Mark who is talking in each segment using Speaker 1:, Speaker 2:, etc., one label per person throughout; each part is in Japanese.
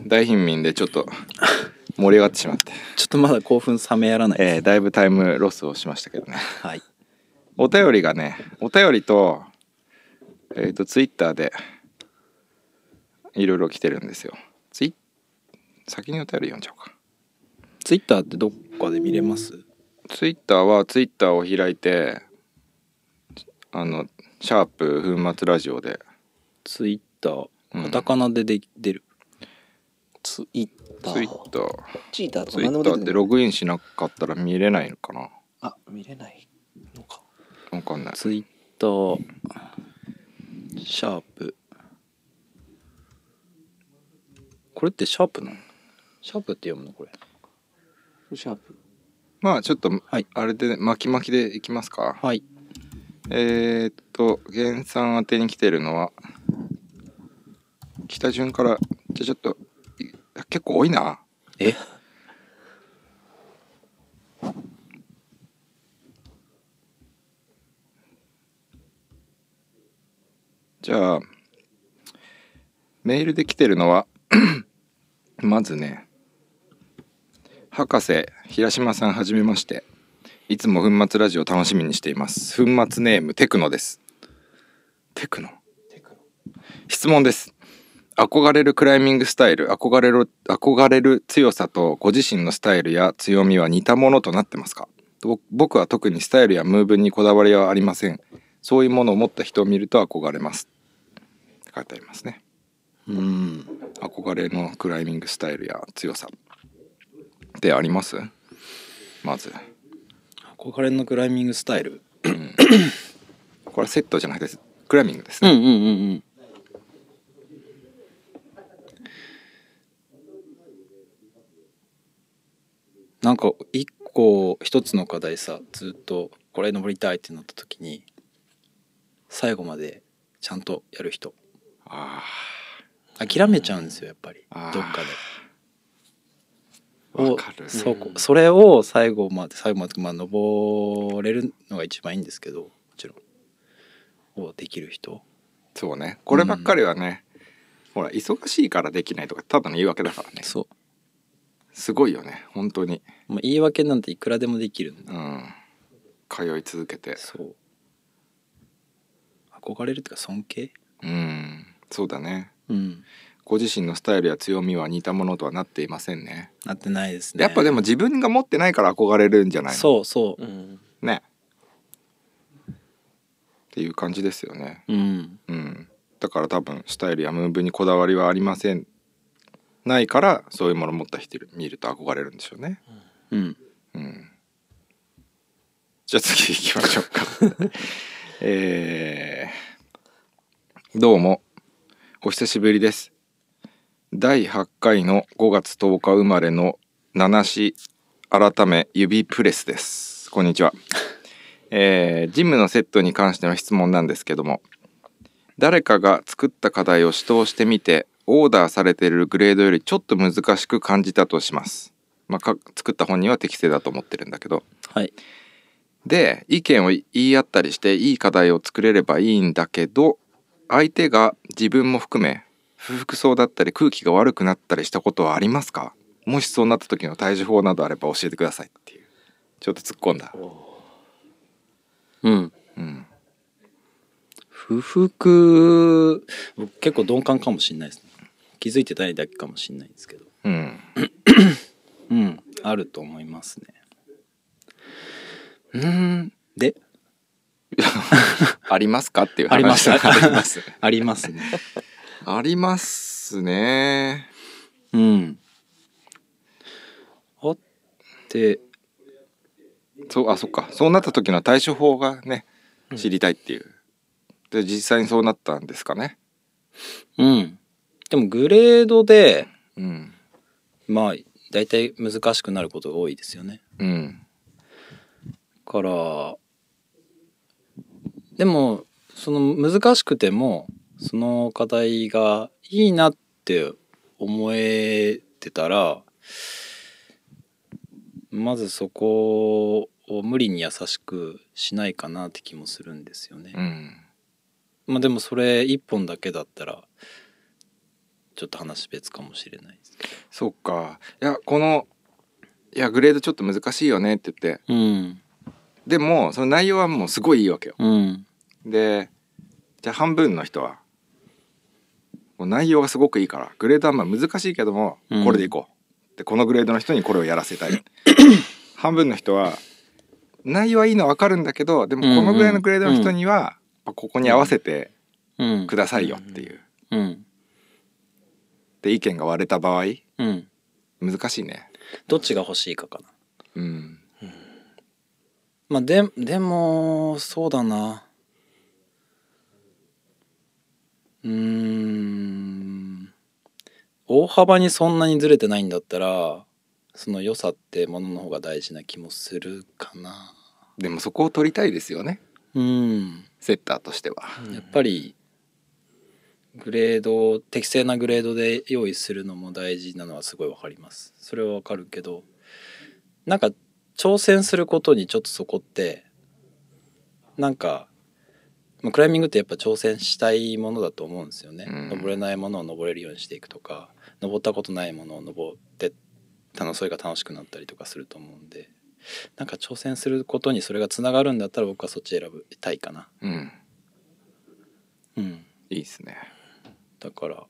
Speaker 1: 大貧民でちょっと盛り上がってしまって、
Speaker 2: ちょっとまだ興奮冷めやらないです
Speaker 1: えーだいぶタイムロスをしましたけどね
Speaker 2: はい
Speaker 1: お便りがねお便りとえっ、とツイッターでいろいろ来てるんですよツイ先にお便り読んじゃおうか
Speaker 2: ツイッターってどっかで見れます
Speaker 1: ツイッターはツイッターを開いてあの「シャープ粉末ラジオで」
Speaker 2: ツイッタ
Speaker 1: うん
Speaker 2: ーカタカナでで出る、
Speaker 3: ツイッタ
Speaker 1: ツイッ
Speaker 3: ー
Speaker 1: ター
Speaker 3: チーターとか
Speaker 1: ツイ
Speaker 3: 何で
Speaker 1: ッター
Speaker 3: も出
Speaker 1: ってて
Speaker 3: くる
Speaker 1: ログインしなかったら見れないのかな
Speaker 3: あ見れないのか
Speaker 1: わかんない
Speaker 2: ツイッターシャープこれってシャープなのシャープって読むのこれ
Speaker 3: シャープ
Speaker 1: まあちょっと、
Speaker 2: はい
Speaker 1: あれで巻き巻きでいきますか
Speaker 2: はい
Speaker 1: えー、っと原産宛てに来てるのは北順からじゃあちょっとい結構多いな
Speaker 2: え
Speaker 1: じゃあメールで来てるのは まずね博士平島さんはじめましていつも粉末ラジオ楽しみにしています粉末ネームテクノですテクノ
Speaker 3: テクノ
Speaker 1: 質問です憧れるクライミングスタイル憧れる憧れる強さとご自身のスタイルや強みは似たものとなってますかぼ僕は特にスタイルやムーブにこだわりはありませんそういうものを持った人を見ると憧れますって書いてありますね
Speaker 2: うん
Speaker 1: 憧れのクライミングスタイルや強さってありますまず
Speaker 2: 憧れのクライミングスタイル
Speaker 1: これはセットじゃなくてクライミングです
Speaker 2: うん
Speaker 1: ね、
Speaker 2: うんうんなんか一個一つの課題さずっとこれ登りたいってなった時に最後までちゃんとやる人
Speaker 1: あ
Speaker 2: 諦めちゃうんですよやっぱり
Speaker 1: あー
Speaker 2: どっか
Speaker 1: あわ
Speaker 2: で
Speaker 1: かる
Speaker 2: そこそれを最後まで最後まで、まあ、登れるのが一番いいんですけどもちろんをできる人
Speaker 1: そうねこればっかりはね、ほら忙しいからできないとかただの言い訳だからね
Speaker 2: そ
Speaker 1: すごいよね本当に
Speaker 2: う、まあ、言い訳なんていくらでもできるんで
Speaker 1: うん通い続けて
Speaker 2: そう憧れるっていうか尊敬
Speaker 1: うんそうだね
Speaker 2: うん
Speaker 1: ご自身のスタイルや強みは似たものとはなっていませんね
Speaker 2: なってないですね
Speaker 1: やっぱで
Speaker 2: も
Speaker 1: も自分が持ってないから憧れるんじゃないの
Speaker 2: そうそ
Speaker 3: うん
Speaker 1: うねっていう感じですよね
Speaker 2: ううん
Speaker 1: うんだから多分スタイルやムーブにこだわりはありませんないからそういうものを持った人見ると憧れるんでしょうね
Speaker 2: うん
Speaker 1: うんじゃあ次行きましょうか。 えーどうも、お久しぶりです。第8回の5月10日生まれの七子改め指プレスです。こんにちは。えージムのセットに関しての質問なんですけども、誰かが作った課題を指導してみて、オーダーされているグレードよりちょっと難しく感じたとします。まあ、か作った本人は適正だと思ってるんだけど。
Speaker 2: はい
Speaker 1: で意見を言い合ったりしていい課題を作れればいいんだけど相手が自分も含め不服そうだったり空気が悪くなったりしたことはありますかもしそうなった時の対処法などあれば教えてくださいっていうちょっと突っ込んだ、
Speaker 2: うん
Speaker 1: うん、
Speaker 2: 不服僕結構鈍感かもしれないですね気づいてないだけかもしれないんですけど
Speaker 1: うん
Speaker 2: うんあると思いますねうーんで
Speaker 1: ありますかっていう話
Speaker 2: あります
Speaker 1: あ
Speaker 2: あ
Speaker 1: りま
Speaker 2: りますす ありますね
Speaker 1: ありますね
Speaker 2: うんあって
Speaker 1: そうあそっかそうなった時の対処法がね
Speaker 3: うん
Speaker 1: 知りたいっていう、で実際にそうなったんですかね
Speaker 2: うんでもグレードで
Speaker 1: うん
Speaker 2: まあ大体難しくなることが多いですよね
Speaker 1: うん
Speaker 2: だからでもその難しくてもその課題がいいなって思えてたらまずそこを無理に優しくしないかなって気もするんですよね
Speaker 1: う。ん
Speaker 2: まあでもそれ一本だけだったらちょっと話別かもしれないですけ
Speaker 1: そっかいやこのいやグレードちょっと難しいよねって言って
Speaker 2: どうん
Speaker 1: でもその内容はもうすごいいいわけよ
Speaker 2: うん
Speaker 1: でじゃあ半分の人はもう内容がすごくいいからグレードはまあ難しいけども
Speaker 2: うん
Speaker 1: これでいこう、でこのグレードの人にこれをやらせたい半分の人は内容はいいのは分かるんだけどでもこのぐらいのグレードの人にはやっぱここに合わせて
Speaker 2: うん
Speaker 1: くださいよっていう
Speaker 2: うん
Speaker 1: で意見が割れた場合
Speaker 2: うん
Speaker 1: 難しいね
Speaker 2: どっちが欲しいかかな
Speaker 1: うん
Speaker 2: まあででもそうだなうーん大幅にそんなにずれてないんだったらその良さってものの方が大事な気もするかな
Speaker 1: でもそこを取りたいですよね
Speaker 2: うん
Speaker 1: セッターとしては
Speaker 3: うん
Speaker 2: やっぱりグレードを適正なグレードで用意するのも大事なのはすごいわかりますそれはわかるけどなんか挑戦することにちょっとそこってなんかまあクライミングってやっぱ挑戦したいものだと思うんですよね、
Speaker 1: うん
Speaker 2: 登れないものを登れるようにしていくとか登ったことないものを登って楽それが楽しくなったりとかすると思うんでなんか挑戦することにそれがつながるんだったら僕はそっち選びたいかな
Speaker 1: うん
Speaker 2: うん
Speaker 1: いいですね
Speaker 2: だから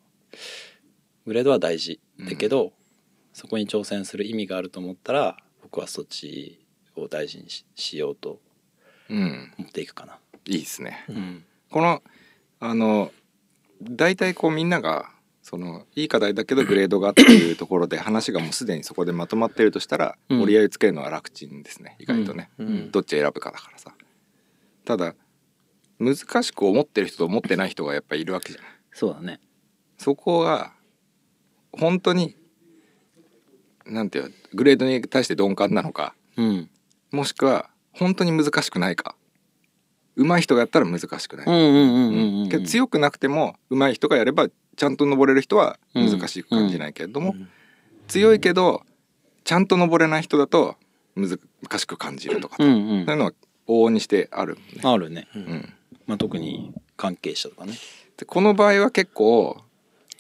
Speaker 2: グレードは大事だけど、そこに挑戦する意味があると思ったら僕はそっちを大事にししようと
Speaker 1: うん
Speaker 2: 思っていくかな。
Speaker 1: いいですね
Speaker 2: うん
Speaker 1: このあの大体こうみんながそのいい課題だけどグレードがっていうところで話がもうすでにそこでまとまってるとしたら
Speaker 2: うん
Speaker 1: 折り合いつけるのは楽ちんですね意外とね、
Speaker 3: うん
Speaker 1: どっち選ぶかだからさただ難しく思ってる人と思ってない人がやっぱいるわけじゃん
Speaker 2: そうだね。
Speaker 1: そこが本当になんていうのグレードに対して鈍感なのか
Speaker 2: うん。
Speaker 1: もしくは本当に難しくないか上手い人がやったら難しくない、
Speaker 2: うんうんうんうんうん、
Speaker 1: けど強くなくても上手い人がやればちゃんと登れる人は難しく感じないけれども、強いけどちゃんと登れない人だと難しく感じるとか、
Speaker 2: う
Speaker 1: そ
Speaker 2: んうん
Speaker 1: ういうのは往々にしてあるもんね、
Speaker 2: あるね。
Speaker 1: うん、
Speaker 2: まあ特に関係者とかね。
Speaker 1: でこの場合は結構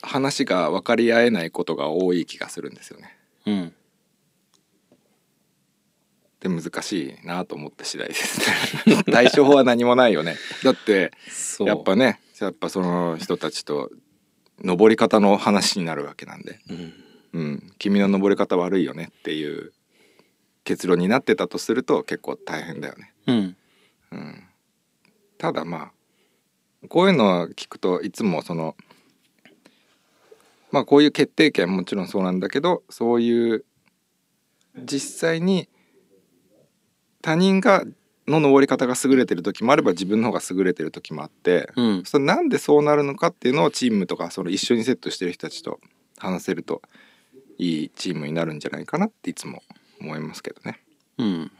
Speaker 1: 話が分かり合えないことが多い気がするんですよね。
Speaker 2: うん。
Speaker 1: で難しいなと思った次第ですね 対処法は何もないよねだって
Speaker 2: そう。
Speaker 1: やっぱねやっぱその人たちと登り方の話になるわけなんでうん、君の登り方悪いよねっていう結論になってたとすると結構大変だよね。
Speaker 2: うん。
Speaker 1: うん、ただまあこういうのを聞くといつもそのまあこういう決定権もちろんそうなんだけどそういう実際に他人がの登り方が優れてる時もあれば自分の方が優れてる時もあって、
Speaker 2: うん。
Speaker 1: それなんでそうなるのかっていうのをチームとかその一緒にセットしてる人たちと話せるといいチームになるんじゃないかなっていつも思いますけどね。
Speaker 2: うん。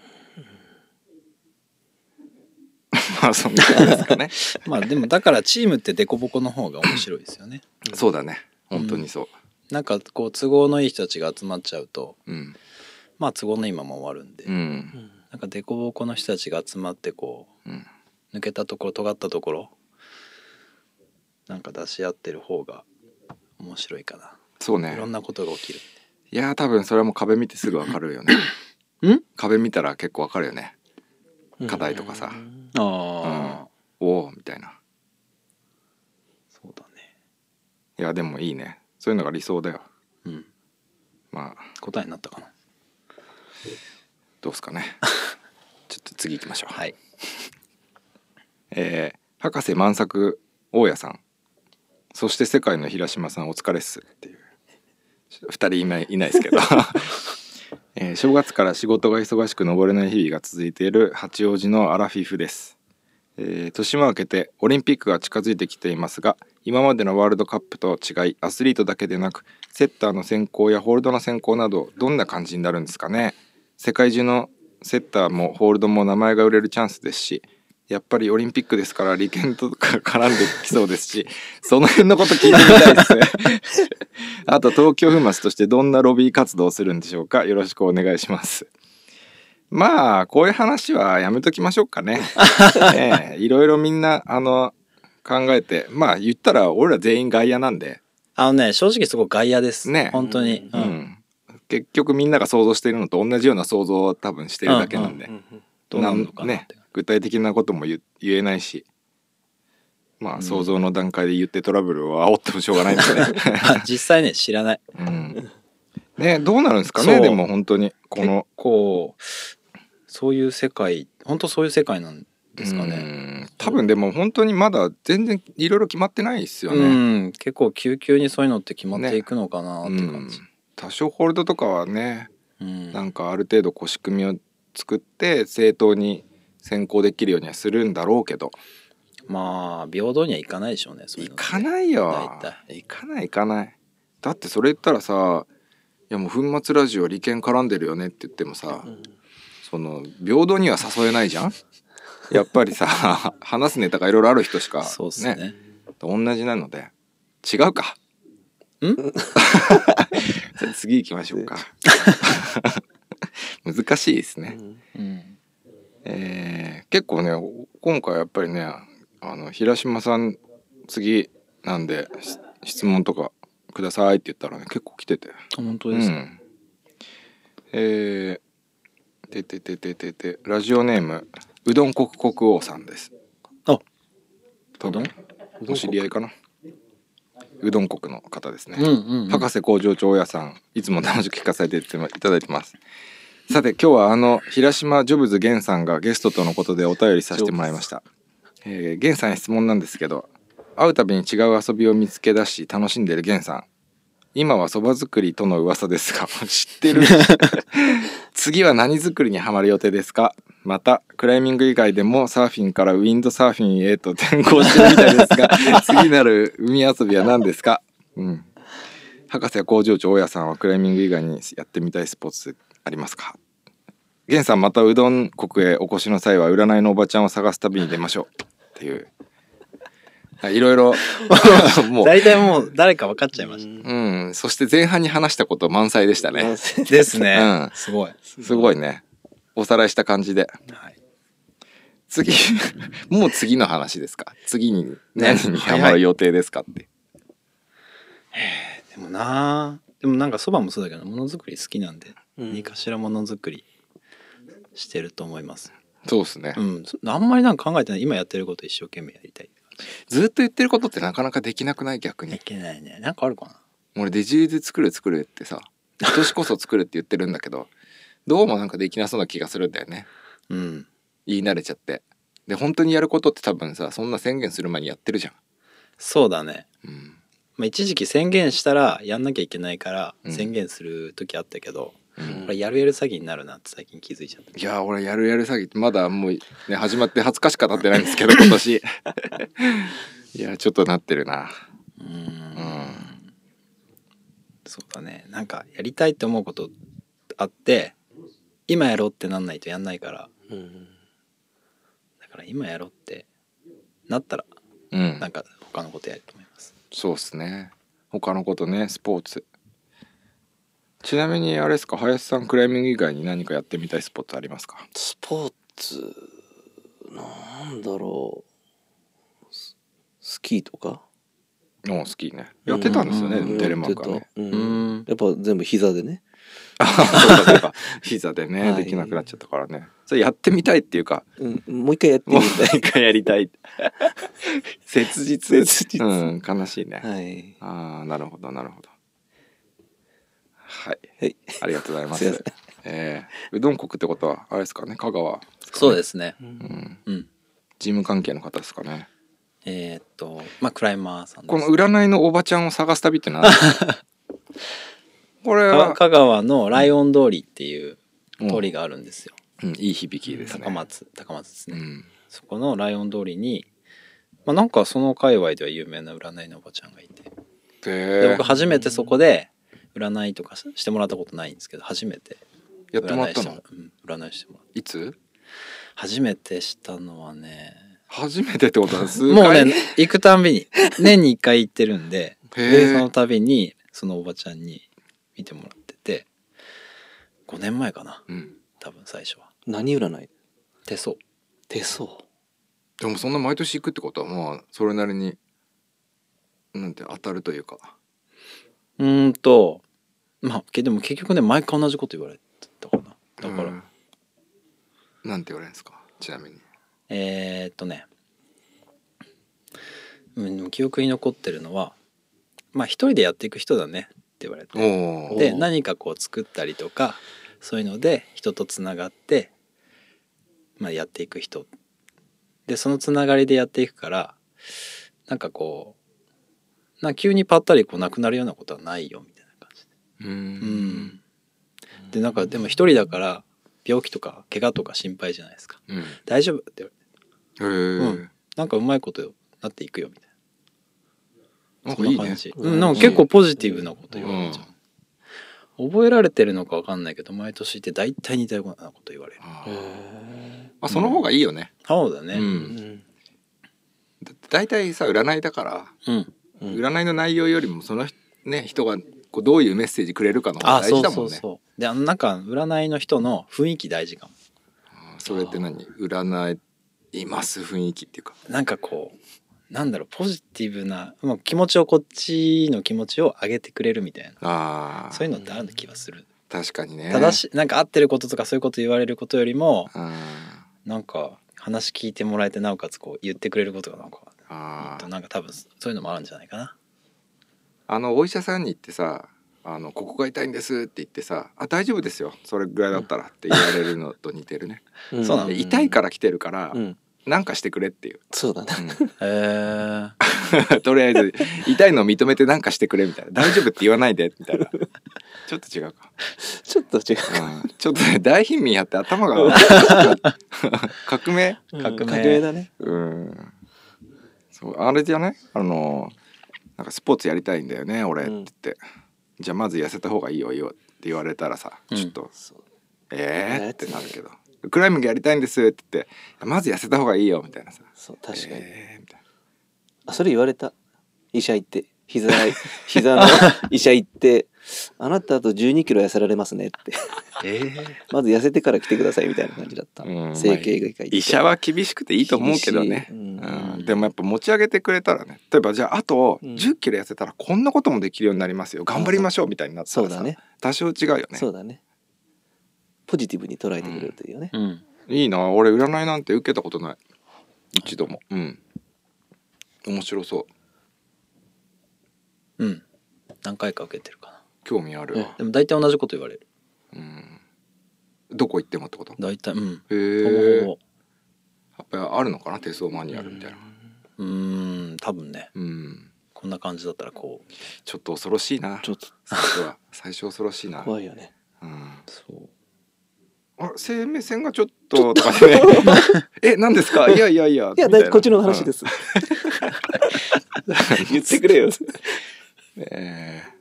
Speaker 1: まあそんな感じですかね。
Speaker 2: まあでもだからチームってデコボコの方が面白いですよね。
Speaker 1: そうだね。本当にそ
Speaker 2: なんかこう都合のいい人たちが集まっちゃうと、
Speaker 1: う。うん。
Speaker 2: まあ都合のいいまま終わるんで。
Speaker 1: うん。
Speaker 2: なんか凸凹の人たちが集まってこ
Speaker 1: うん。
Speaker 2: う抜けたところ尖ったところなんか出し合ってる方が面白いかな、
Speaker 1: そう
Speaker 2: いろ
Speaker 1: ね
Speaker 2: ん。なことが起きる
Speaker 1: いやー多分それはもう壁見てすぐわかるよね。
Speaker 2: ん
Speaker 1: 壁見たら結構わかるよね。
Speaker 3: うん
Speaker 1: 課題とかさ
Speaker 3: うん
Speaker 2: ああ、
Speaker 1: おおみたいな。
Speaker 2: そうだね
Speaker 1: いやでもいいね。そういうのが理想だよ。
Speaker 2: うん
Speaker 1: まあ
Speaker 2: 答えになったかな
Speaker 1: どうすかね。ちょっと次行きましょう。
Speaker 2: はい
Speaker 1: えー博士満作大家さんそして世界の平島さんお疲れっすっていう2人いないいないですけど、 えー正月から仕事が忙しく登れない日々が続いている八王子のアラフィフです、えー年も明けてオリンピックが近づいてきていますが今までのワールドカップと違いアスリートだけでなくセッターの選考やホールドの選考などどんな感じになるんですかね世界中のセッターもホールドも名前が売れるチャンスですしやっぱりオリンピックですから利権とか絡んできそうですし その辺のこと聞いてみたいですね あと東京粉末としてどんなロビー活動をするんでしょうかよろしくお願いしますまあこういう話はやめときましょうかねええいろいろみんなあの考えてまあ言ったら俺ら全員外野なんで
Speaker 2: あのね正直そこ外野です
Speaker 1: ね
Speaker 2: 本当に、
Speaker 3: う
Speaker 1: うん結局みんなが想像しているのと同じような想像は多分してるだけなんで、
Speaker 3: うんうん
Speaker 2: どうなるのかなっ
Speaker 1: ね
Speaker 2: て、
Speaker 1: 具体的なことも言言えないしまあ想像の段階で言ってトラブルを煽ってもしょうがないんで ね
Speaker 2: あ実際ね知らない
Speaker 1: うんねどうなるんですかね
Speaker 2: そう
Speaker 1: でも本当に この
Speaker 2: 結構そういう世界本当そういう世界なんですかね
Speaker 1: うん多分でも本当にまだ全然いろいろ決まってないですよ
Speaker 2: う
Speaker 1: ね、
Speaker 2: ん結構急々にそういうのって決まっていくのかなって
Speaker 1: う
Speaker 2: 感
Speaker 1: ん
Speaker 2: じ、
Speaker 1: 多少ホールドとかはね
Speaker 2: うん
Speaker 1: なんかある程度こう仕組みを作って正当に先行できるようにはするんだろうけど
Speaker 2: まあ平等にはいかないでしょうねそうい
Speaker 1: いう
Speaker 2: のって
Speaker 1: かないよ
Speaker 2: 大
Speaker 1: いかないいかないだってそれ言ったらさ「いやもう粉末ラジオ利権絡んでるよね」って言ってもさ、
Speaker 3: うん
Speaker 1: その平等には誘えないじゃ んやっぱりさ話すネタがいろいろある人しか
Speaker 2: そうっすね
Speaker 1: 同じなので違うか
Speaker 2: ん
Speaker 1: じゃあ次行きましょう か難しいですね、
Speaker 3: うん
Speaker 2: うん
Speaker 1: えー結構ね今回やっぱりねあの平島さん次なんでし質問とかくださいって言ったらね結構来てて
Speaker 2: あ本当ですか、
Speaker 1: ん、えー、ててててててラジオネームうどん国国王さんです
Speaker 2: あ
Speaker 1: 多
Speaker 2: う
Speaker 1: 分お知り合いかなうどん国の方ですね、
Speaker 2: うんうんうん
Speaker 1: 博士工場長親さんいつも楽しく聞かせていただいてますさて今日はあの平島ジョブズ源さんがゲストとのことでお便りさせてもらいましたえー、源さんへ質問なんですけど会うたびに違う遊びを見つけ出し楽しんでる源さん今はそば作りとの噂ですが知って る次は何作りにはまる予定ですかまたクライミング以外でもサーフィンからウィンドサーフィンへと転向してるみたいですが次なる海遊びは何ですか、うん、博士や工場長大家さんはクライミング以外にやってみたいスポーツありますか源さんまたうどん国へお越しの際は占いのおばちゃんを探す旅に出ましょうっていうあいろい ろもう
Speaker 2: 大体もう誰か分かっちゃいまし
Speaker 1: うん、そして前半に話したこと満載でしたね。
Speaker 2: た。ですね。
Speaker 1: うん
Speaker 2: すごい。
Speaker 1: すごいね。おさらいした感じで。
Speaker 2: はい。
Speaker 1: 次、 もう次の話ですか次に
Speaker 2: ね
Speaker 1: 何にハマる予定ですかって。
Speaker 2: でもなあでもなんかそばもそうだけど、ものづくり好きなんで、
Speaker 3: うん
Speaker 2: 何かしらものづくりしてると思います。
Speaker 1: そうですね
Speaker 2: う。ん。そあんまりなんか考えてない。今やってること一生懸命やりたい。
Speaker 1: ずっと言ってることってなかなかできなくない逆
Speaker 2: い
Speaker 1: に。
Speaker 2: けないね。なんかあるかな。
Speaker 1: 俺デジーズ作る作るってさ、今年こそ作るって言ってるんだけど、どうもなんかできなそうな気がするんだよね。
Speaker 2: うん。
Speaker 1: 言い慣れちゃって。で、本当にやることって多分さ、そんな宣言する前にやってるじゃん。
Speaker 2: そうだね。
Speaker 1: うん。
Speaker 2: まあ、一時期宣言したらやんなきゃいけないから
Speaker 1: うん
Speaker 2: 宣言する時あったけど、
Speaker 1: うん
Speaker 2: これやるやる詐欺になるなって最近気づいちゃった。
Speaker 1: いやー俺やるやる詐欺ってまだもうね始まって20日しか経ってないんです けど 今年いやーちょっとなってるな
Speaker 2: う
Speaker 1: うんん
Speaker 2: そうだねなんかやりたいって思うことあって今やろうってなんないとやんないから
Speaker 3: うん
Speaker 2: だから今やろうってなったら
Speaker 1: うん
Speaker 2: なんか他のことやると思います
Speaker 1: そうっすね他のことねスポーツちなみにあれですか林さんクライミング以外に何かやってみたいスポーツありますか
Speaker 3: スポーツなんだろうススキーとか
Speaker 1: おスキーねやってたんですよね、
Speaker 2: うん
Speaker 1: でもテレマークはね
Speaker 3: やって
Speaker 2: う
Speaker 3: たうん
Speaker 2: ん
Speaker 3: やっぱ全部膝でね
Speaker 1: そうかそうか膝でね、
Speaker 3: はい
Speaker 1: できなくなっちゃったからねそれやってみたいっていうか
Speaker 3: うんもう一回やってみ
Speaker 1: もう
Speaker 3: たい
Speaker 1: 一回やりたい切実
Speaker 3: 切実
Speaker 1: うん悲しいね、
Speaker 3: はい
Speaker 1: ああなるほどなるほどはい
Speaker 3: はい
Speaker 1: ありがとうございます
Speaker 3: すいません
Speaker 1: えーうどん国ってことはあれですかね香川、
Speaker 2: そうですね
Speaker 1: うん、
Speaker 2: うん
Speaker 1: 事務関係の方ですかね
Speaker 2: えーっとまあクライマーさん
Speaker 1: こ
Speaker 2: で
Speaker 1: の
Speaker 2: す
Speaker 1: 占いのおばちゃんを探す旅って何ですかこれ
Speaker 2: か
Speaker 1: は、
Speaker 2: 香川のライオン通りっていう通りがあるんですよ、
Speaker 1: うん、いい響きですね
Speaker 2: 高松高松です
Speaker 1: う
Speaker 2: ね、
Speaker 1: ん、
Speaker 2: そこのライオン通りにまあなんかその界隈では有名な占いのおばちゃんがいてで
Speaker 1: で
Speaker 2: 僕初めてそこで占いとかししてもらったことないんですけど初めて
Speaker 1: やってもらった
Speaker 2: 占
Speaker 1: の
Speaker 2: いしてもらうん占いしてもらっ
Speaker 1: いつ
Speaker 2: た初めてしたのはね
Speaker 1: 初めてってことは数回
Speaker 2: もうね行くたんびに年に1回行ってるんで
Speaker 1: へ
Speaker 2: で
Speaker 1: ー
Speaker 2: その度にそのおばちゃんに見てもらってて5年前かな
Speaker 1: うん、
Speaker 2: 多分最初は
Speaker 3: 何占い
Speaker 2: 手相
Speaker 3: 手相
Speaker 1: でもそんな毎年行くってことはまあそれなりになんて当たるというか
Speaker 2: うーんとまあけでも結局ね毎回同じこと言われたかなだから、
Speaker 1: うんなんて言われるんですかちなみに
Speaker 2: えーっとね、うん、でも記憶に残ってるのはまあ一人でやっていく人だねって言われて
Speaker 1: おお
Speaker 2: で
Speaker 3: おう
Speaker 2: 何かこう作ったりとかそういうので人とつながって、まあ、やっていく人でそのつながりでやっていくからなんかこうなんか急にぱったりこうなくなるようなことはないよみたいな感じで
Speaker 1: う
Speaker 2: うん
Speaker 1: ん
Speaker 2: でなんかでも一人だから病気とか怪我とか心配じゃないですか
Speaker 1: うんへ
Speaker 2: 大丈夫って言われて
Speaker 1: え、
Speaker 2: んなんかうまいことなっていくよみたいな
Speaker 1: なん
Speaker 2: そ
Speaker 1: か
Speaker 2: ん
Speaker 1: い
Speaker 2: ない
Speaker 1: ね
Speaker 2: 感じ
Speaker 3: う
Speaker 2: うんん、なんか結構ポジティブなこと言われちゃう、覚えられてるのかわかんないけど毎年って大体似たようなこと言われる
Speaker 1: あ
Speaker 3: へ
Speaker 1: ー
Speaker 3: え
Speaker 1: まあその方がいいよね
Speaker 2: そうだ
Speaker 1: う
Speaker 2: ね
Speaker 1: んだって大体さ占いだから
Speaker 2: うん、
Speaker 3: うん
Speaker 1: 占いの内容よりもその人ね人がこうどういうメッセージくれるかの方
Speaker 2: あ
Speaker 1: が大
Speaker 2: そ
Speaker 1: 事
Speaker 2: う
Speaker 1: だ
Speaker 2: そ
Speaker 1: もん
Speaker 2: う
Speaker 1: ね
Speaker 2: そうであのなんか占いの人の雰囲気大事かも
Speaker 1: あそれって何占います雰囲気っていうか
Speaker 2: なんかこうなんだろうポジティブな、まあ、気持ちをこっちの気持ちを上げてくれるみたいな
Speaker 1: ああ
Speaker 2: そういうのってある気がする、
Speaker 1: 確かにね
Speaker 2: 正しいなんか合ってることとかそういうこと言われることよりも
Speaker 1: あ
Speaker 2: なんか話聞いてもらえてなおかつこう言ってくれることがなんか
Speaker 1: ーあー
Speaker 2: なんか多分そういうのもあるんじゃないかな
Speaker 1: あのお医者さんに行ってさあの「ここが痛いんです」って言ってさ「あ大丈夫ですよそれぐらいだったら」って言われるのと似てるね
Speaker 3: う ん
Speaker 2: そうなの
Speaker 1: で痛いから来てるから
Speaker 3: うん
Speaker 1: 何かしてくれっていう、
Speaker 3: そうだね
Speaker 2: へえ
Speaker 1: うん とりあえず痛いのを認めて何かしてくれみたいな「大丈夫」って言わないでみたいな ちょっと違うか
Speaker 3: ちょっと違う
Speaker 1: うんちょっとね大貧民やって頭が 革命
Speaker 2: 革命
Speaker 3: うん革命だね
Speaker 1: うんそうあれじゃないあのなんかスポーツやりたいんだよね俺って言って、じゃあまず痩せた方がいいよいいよって言われたらさ、
Speaker 2: うん
Speaker 1: ちょっと
Speaker 3: そう
Speaker 1: えー、ってなるけどクライミングやりたいんですって言ってまず痩せた方がいいよみたいなさ
Speaker 3: そう確かに
Speaker 1: えーみたいな
Speaker 3: あそれ言われた医者行って膝膝 の医者行ってあなたあと1 2キロ痩せられますねって
Speaker 2: ええ
Speaker 3: まず痩せてから来てくださいみたいな感じだった
Speaker 1: うん
Speaker 3: 整形外科行って
Speaker 1: 医者は厳しくていいと思うけどね、う
Speaker 3: 厳しい
Speaker 1: ん
Speaker 3: うん
Speaker 1: でもやっぱ持ち上げてくれたらね例えばじゃああと
Speaker 3: うん
Speaker 1: 1 0キロ痩せたらこんなこともできるようになりますよ頑張りましょうみたいになった
Speaker 3: そ
Speaker 1: ら
Speaker 3: う
Speaker 1: さ
Speaker 3: だね
Speaker 1: 多少違うよね
Speaker 3: そうだねポジティブに捉えてくれるというね、
Speaker 2: うん
Speaker 1: いいな俺占いなんて受けたことない一度もうん面白そう
Speaker 2: うん何回か受けてるかな
Speaker 1: 興味あるわ
Speaker 2: でも大体同じこと言われる
Speaker 1: うんどこ行ってもってことへ
Speaker 2: 大体うん
Speaker 1: え
Speaker 2: ほぼほ
Speaker 1: やっぱりあるのかな手相マニュアルみたいな
Speaker 2: ぼうーん多分ね
Speaker 1: うん、
Speaker 2: こんな感じだったらこう
Speaker 1: ちょっと恐ろしいな
Speaker 3: ちょっと
Speaker 1: 最初は最初恐ろしいな、
Speaker 3: 怖いよね
Speaker 1: うん、
Speaker 2: そう
Speaker 1: あ生命線がちょっととかね え何です かいやいやいや
Speaker 3: いや
Speaker 1: みた
Speaker 3: だいこっちの話で、す、言ってくれよ
Speaker 1: うんえー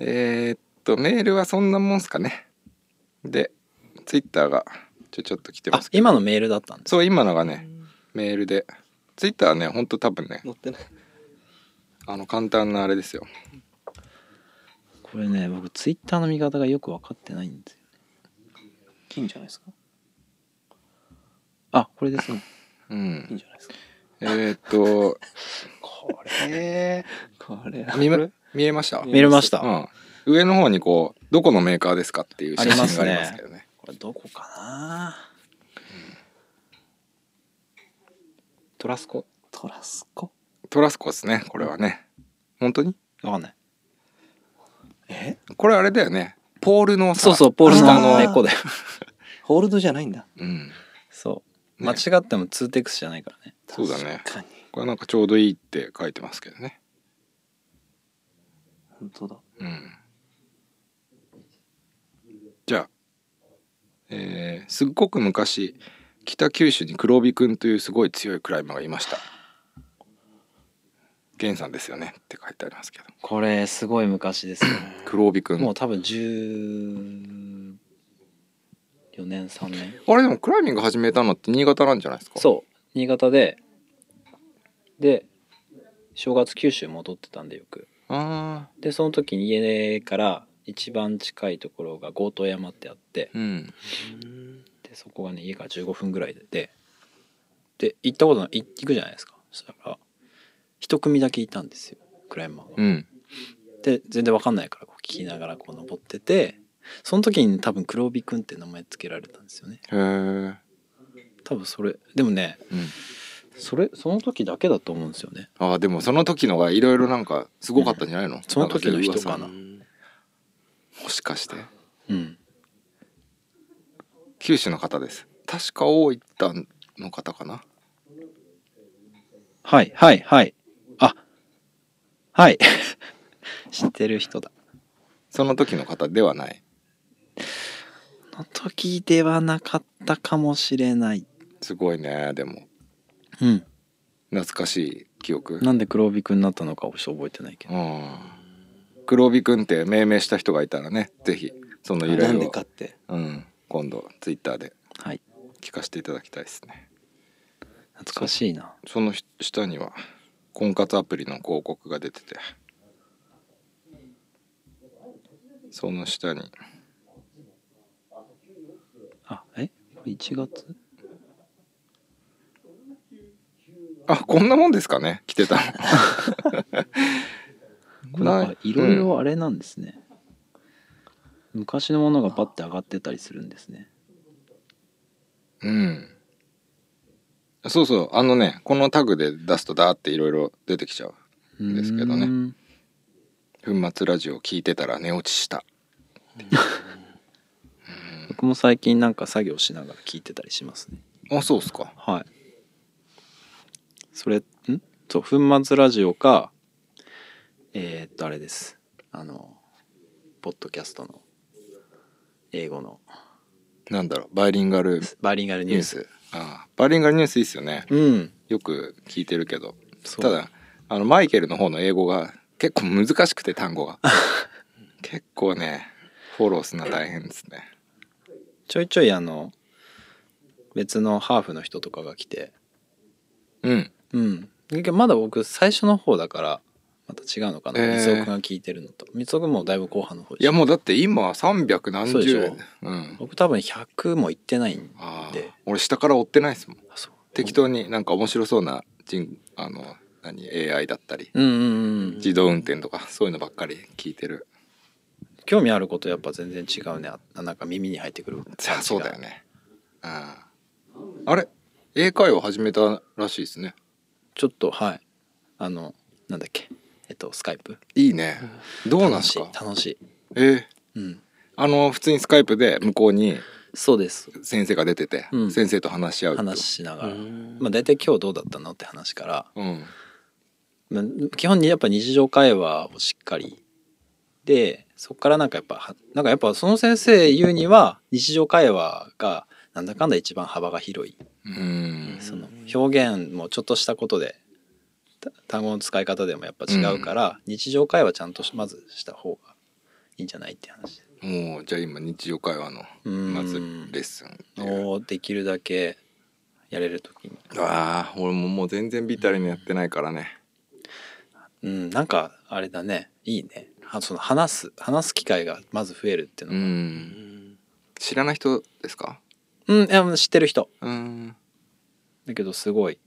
Speaker 1: えーっとメールはそんなもんすかねでツイッターがちょちょっと来て
Speaker 2: あ
Speaker 1: ます
Speaker 2: 今のメールだったんです
Speaker 1: そう今のがねメールでツイッターはねほんと多分ね
Speaker 3: 乗ってない
Speaker 1: あの簡単なあれですよ
Speaker 2: これね僕ツイッターの見方がよく分かってないんですよ
Speaker 3: いいんじゃないですか
Speaker 2: あこれですね
Speaker 1: う
Speaker 3: いいん
Speaker 1: ん
Speaker 3: じゃないですか
Speaker 1: えーっと
Speaker 3: これ
Speaker 1: え
Speaker 3: これ
Speaker 1: 見,、ま、見えました
Speaker 3: 見
Speaker 2: 見れました、
Speaker 1: うん、上の方にこうどこのメーカーですかっていう写真がありますけどね
Speaker 2: これどこかな、トラスコ
Speaker 3: トラスコ
Speaker 1: トラスコですねこれはね本当に
Speaker 2: わかんない
Speaker 3: え
Speaker 1: これあれだよねポールのさ
Speaker 2: そうそうポール
Speaker 1: 下
Speaker 2: の
Speaker 1: の
Speaker 2: 猫だよ
Speaker 3: ホールドじゃないんだ
Speaker 1: うん
Speaker 2: そう間
Speaker 1: ね
Speaker 2: 違っても 2X じゃないからね
Speaker 1: そうだね
Speaker 3: 確かに
Speaker 1: これなんかちょうどいいって書いてますけどね
Speaker 3: 本当だ
Speaker 1: うんじゃあえーすっごく昔北九州に黒帯くんというすごい強いクライマーがいました源さんですよねって書いてありますけど
Speaker 2: これすごい昔ですよ
Speaker 1: 黒帯くん
Speaker 2: もう多分14年3年
Speaker 1: あれでもクライミング始めたのって新潟なんじゃないですか
Speaker 2: そう新潟でで正月九州戻ってたんでよく
Speaker 1: あ
Speaker 2: でその時に家から一番近いところが強盗山ってあって
Speaker 1: あうん
Speaker 2: でそこがね家から15分ぐらいででで行ったことない行行くじゃないですかそしたら一組だけいたんですよクライマーが、
Speaker 1: うん
Speaker 2: でで全然わかんないからこう聞きながらこう登っててその時に多分黒帯くんって名前つけられたんですよね
Speaker 1: へえ
Speaker 2: 多分それでもね
Speaker 1: うん
Speaker 2: それその時だけだと思うんですよね
Speaker 1: あーでもその時のがいろいろなんかすごかったんじゃないの、
Speaker 2: その時の人か
Speaker 1: ん
Speaker 2: な
Speaker 1: か
Speaker 3: うん
Speaker 1: もしかして
Speaker 2: うん
Speaker 1: 九州の方です確か大分の方かな
Speaker 2: はいはいはいあはい 知ってる人だ
Speaker 1: その時の方ではない
Speaker 2: その時ではなかったかもしれない
Speaker 1: すごいねでも
Speaker 2: うん
Speaker 1: 懐かしい記憶
Speaker 2: なんで黒帯くんになったのかはちょっと覚えてないけど
Speaker 1: うん黒帯くんって命名した人がいたらねぜひその由
Speaker 3: な
Speaker 1: 来
Speaker 3: んで
Speaker 1: を
Speaker 3: か、って
Speaker 1: うん、今度ツイッターで
Speaker 2: はい
Speaker 1: 聞かせていただきたいですね
Speaker 2: 懐かしいな
Speaker 1: その下には婚活アプリの広告が出ててその下に
Speaker 2: あえこれ1月
Speaker 1: あこんなもんですかね来てた
Speaker 2: これ なん
Speaker 1: な
Speaker 2: か
Speaker 1: い
Speaker 2: いろいろあれなんですね、昔のものがパッて上がってたりするんですね
Speaker 1: のうんそうそうあのねこのタグで出すとダーっていろいろ出てきちゃうですけどね
Speaker 2: うーん
Speaker 1: 粉末ラジオ聞いてたら寝落ちした
Speaker 2: 僕も最近なんか作業しながら聞いてたりしますね
Speaker 1: あそうっすか
Speaker 2: はいそれんそう粉末ラジオかえー、っとあれですあのポッドキャストの英語の
Speaker 1: なんだろうバイリンガル
Speaker 2: バイリンガルニ
Speaker 1: ニ
Speaker 2: ュ
Speaker 1: ュ
Speaker 2: ー
Speaker 1: ー
Speaker 2: ス
Speaker 1: スあーバイリンガルニュースいいっすよね
Speaker 2: うん
Speaker 1: よく聞いてるけど
Speaker 2: そう
Speaker 1: ただあのマイケルの方の英語が結構難しくて単語 が結構ねフォローするの大変ですね
Speaker 2: ちょいちょいあの別のハーフの人とかが来て
Speaker 1: うん
Speaker 2: うん。だけどまだ僕最初の方だから、また違うのかな。
Speaker 1: えー
Speaker 2: 三つおくんが聞いてるのと。三つおくんもだいぶ後半の方でし
Speaker 1: い
Speaker 2: ょ
Speaker 1: やもうだって今300何
Speaker 2: そうでし
Speaker 1: 十
Speaker 2: ょ
Speaker 1: うん
Speaker 2: 僕多分100もいってないん
Speaker 1: あー
Speaker 2: で。
Speaker 1: 俺下から追ってないですもん
Speaker 2: あ、そう。
Speaker 1: 適当になんか面白そうな人あの何 AI だったり
Speaker 2: うんうんうん。
Speaker 1: 自動運転とかそういうのばっかり聞いてる
Speaker 2: 興味あることやっぱ全然違うね。あなんか耳に入ってくる感じ
Speaker 1: あ
Speaker 2: が。
Speaker 1: そうだよ。ねうんあれ英会話始めたらしいですね
Speaker 2: ちょっと、はい。あの、なんだっけ。えっと、スカイプ。
Speaker 1: いいねどうなん
Speaker 2: 楽
Speaker 1: す
Speaker 2: しい。
Speaker 1: か
Speaker 2: 楽しい。
Speaker 1: えー
Speaker 2: うん。
Speaker 1: あの普通にスカイプで向こうに
Speaker 2: そうです。
Speaker 1: 先生が出てて、
Speaker 2: うん
Speaker 1: 先生と話し合うと
Speaker 2: 話しながら。
Speaker 3: うん
Speaker 2: まあ大体今日どうだったのって話から。
Speaker 1: うん
Speaker 2: まあ基本にやっぱ日常会話をしっかりでそこからなんかやっぱはなんかやっぱその先生言うには日常会話がなんだかんだ一番幅が広い
Speaker 1: うん
Speaker 2: その表現もちょっとしたことでた単語の使い方でもやっぱ違うから、日常会話ちゃんとしまずした方がいいんじゃないって話
Speaker 1: もうじゃあ今日常会話の
Speaker 2: うん
Speaker 1: まずレッスンっていう
Speaker 2: をできるだけやれる時に、
Speaker 1: ああ俺ももう全然ビタリにやってないからね
Speaker 2: うん、なんかあれだねいいねはその話す話す機会がまず増えるっていう
Speaker 1: う
Speaker 2: のが
Speaker 1: ん知らない人ですか
Speaker 2: うん、いや知ってる人
Speaker 1: うん
Speaker 2: だけどすごい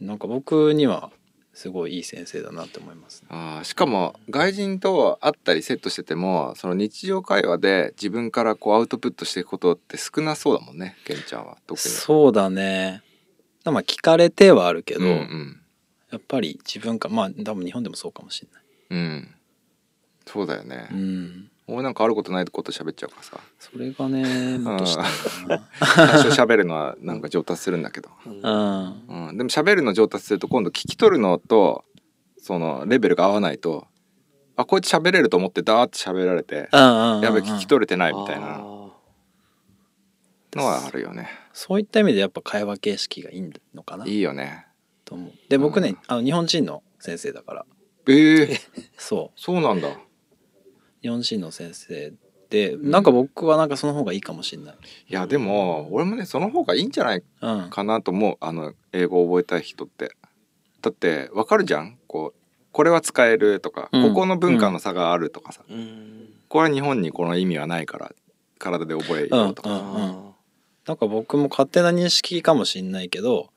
Speaker 2: なんか僕にはすごいいい先生だなって思いますね
Speaker 1: あーしかも外人と会ったりセットしててもその日常会話で自分からこうアウトプットしていくことって少なそうだもんねケンちゃんは特に
Speaker 2: そうだねまあ聞かれてはあるけど、
Speaker 1: うんうん
Speaker 2: やっぱり自分かまあ多分日本でもそうかもしれない
Speaker 1: うんそうだよね、
Speaker 2: うん
Speaker 1: 俺なんかあることないこと喋っちゃうからさ
Speaker 2: それがねもっとしたい
Speaker 1: 多少喋るのはなんか上達するんだけど、
Speaker 2: なうん
Speaker 1: うん、でも喋るの上達すると今度聞き取るのとそのレベルが合わないとあこいつ喋れると思ってダーって喋られて
Speaker 2: うんうん
Speaker 1: やべ聞き取れてないみたい
Speaker 3: あ
Speaker 1: な
Speaker 3: ー
Speaker 1: のはあるよね
Speaker 2: そういった意味でやっぱ会話形式がいいのかない
Speaker 1: いよね
Speaker 2: と思うで僕
Speaker 1: うん
Speaker 2: ねあの日本人の先生だから
Speaker 1: えー、
Speaker 2: そう
Speaker 1: そうなんだ
Speaker 2: 日本人の先生でなんか僕はなんかその方がいいかもしれない
Speaker 1: いやでも俺もねその方がいいんじゃない
Speaker 2: うん
Speaker 1: かなと思うあの英語を覚えたい人ってだってわかるじゃんこうこれは使えるとか、
Speaker 2: うん
Speaker 1: ここの文化の差があるとかさ、
Speaker 3: うん
Speaker 1: これは日本にこの意味はないから体で覚えようとか、
Speaker 2: うんうん
Speaker 3: あ
Speaker 2: なんか僕も勝手な認識かもしんないけど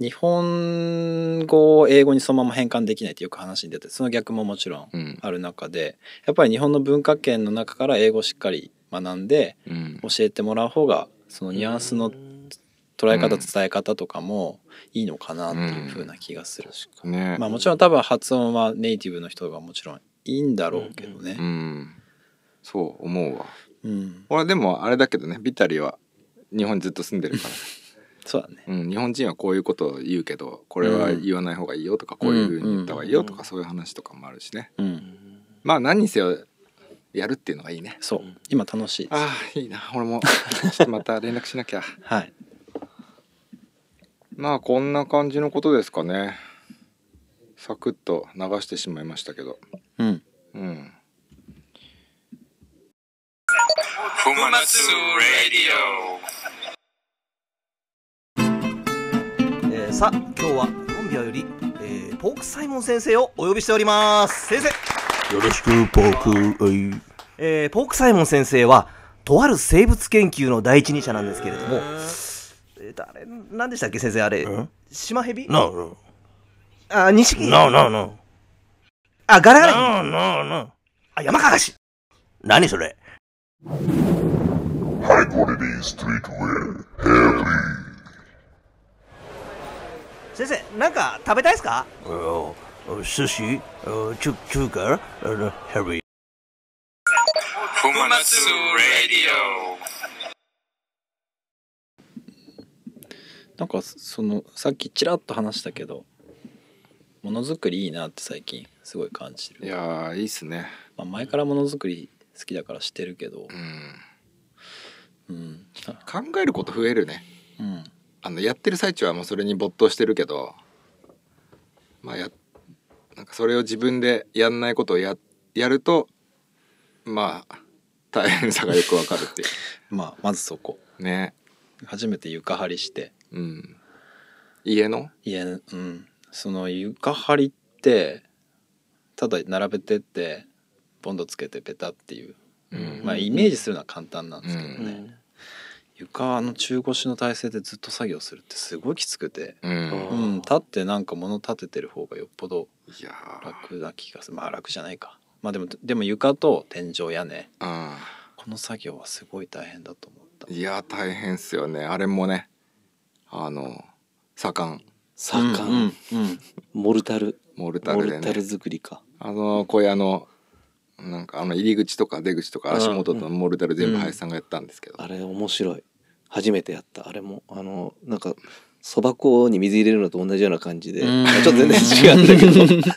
Speaker 2: 日本語を英語にそのまま変換できないってよく話に出てその逆ももちろん
Speaker 1: うん
Speaker 2: ある中でやっぱり日本の文化圏の中から英語をしっかり学んで
Speaker 1: うん
Speaker 2: 教えてもらう方がそのニュアンスの
Speaker 3: うん
Speaker 2: 捉え方
Speaker 1: うん
Speaker 2: 伝え方とかもいいのかなっていう風な気がする、
Speaker 1: ね
Speaker 2: まあもちろん多分発音はネイティブの人がもちろんいいんだろうけど
Speaker 1: う
Speaker 2: ね、
Speaker 1: んそう思うわ
Speaker 2: うん、
Speaker 1: 俺でもあれだけどねビタリは日本にずっと住んでるか
Speaker 2: そうだね
Speaker 1: ら、うん、日本人はこういうことを言うけどこれは言わない方がいいよとか、こういうふうに言った方がいいよとか、
Speaker 3: うん
Speaker 1: そういう話とかもあるしね
Speaker 2: うん
Speaker 1: まあ何にせよやるっていうのがいいね
Speaker 2: そう
Speaker 3: うん
Speaker 2: 今楽しいです
Speaker 1: ああいいな俺もちょっとまた連絡しなきゃ
Speaker 2: はい
Speaker 1: まあこんな感じのことですかねサクッと流してしまいましたけど
Speaker 2: うん
Speaker 1: うん
Speaker 4: えーさあ今日はコンビアより、えーポークサイモン先生をお呼びしております先生
Speaker 5: よろしく、ポーク、おい。
Speaker 4: えーポークサイモン先生はとある生物研究の第一人者なんですけれども、えーと、あれ何でしたっけ先生あれ
Speaker 5: ん
Speaker 4: シマヘビ
Speaker 5: なあ、な
Speaker 4: あ錦
Speaker 5: あ、なあ、な
Speaker 4: あガラガ
Speaker 5: あ、なあ、
Speaker 4: ラ
Speaker 5: なあ、なあ。
Speaker 4: あ山かがし
Speaker 5: 何それ
Speaker 6: High quality streetwear.
Speaker 4: 先生なんか食べたいですか
Speaker 5: おお寿司お中中華あのヘビー。
Speaker 2: なんかそのさっきちらっと話したけどものづくりいいなって最近すごい感じ
Speaker 1: い
Speaker 2: る、
Speaker 1: やーいいっすね
Speaker 2: まあ、前からものづくり好きだからしてるけど
Speaker 1: うん
Speaker 2: うんあ
Speaker 1: 考えること増えるね
Speaker 2: うん
Speaker 1: あのやってる最中はもうそれに没頭してるけどまあやなんかそれを自分でやんないことをややるとまあ大変さがよくわかるってい
Speaker 2: まあまずそこ
Speaker 1: うね
Speaker 2: 初めて床張りして
Speaker 1: うん家の
Speaker 2: いやうんその床張りってただ並べてってボンドつけてペタっていう、
Speaker 1: うん
Speaker 2: まあイメージするのは簡単なんですけどね、
Speaker 1: うん
Speaker 2: 床の中腰の体勢でずっと作業するってすごいきつくて、
Speaker 1: うん
Speaker 3: う
Speaker 2: うんん、立ってなんか物立ててる方がよっぽど
Speaker 1: いやー
Speaker 2: 楽な気がするまあ楽じゃないかまあでもでも床と天井屋根
Speaker 1: あ
Speaker 2: この作業はすごい大変だと思った
Speaker 1: ーいやー大変っすよねあれもねあの盛ん
Speaker 3: 左官、
Speaker 2: うんうんうん
Speaker 3: モルタル
Speaker 1: モルタ
Speaker 3: モ
Speaker 1: ル
Speaker 3: ル
Speaker 1: で
Speaker 3: タ
Speaker 1: ね
Speaker 3: ル作りか
Speaker 1: あの小屋のなんかあの入り口とか出口とか足元のモルタル全部林さんがやったんですけど、
Speaker 3: あれ面白い初めてやったあれもあのなんかそば粉に水入れるのと同じような感じで、
Speaker 2: うん
Speaker 3: まあちょっと全然違うんだ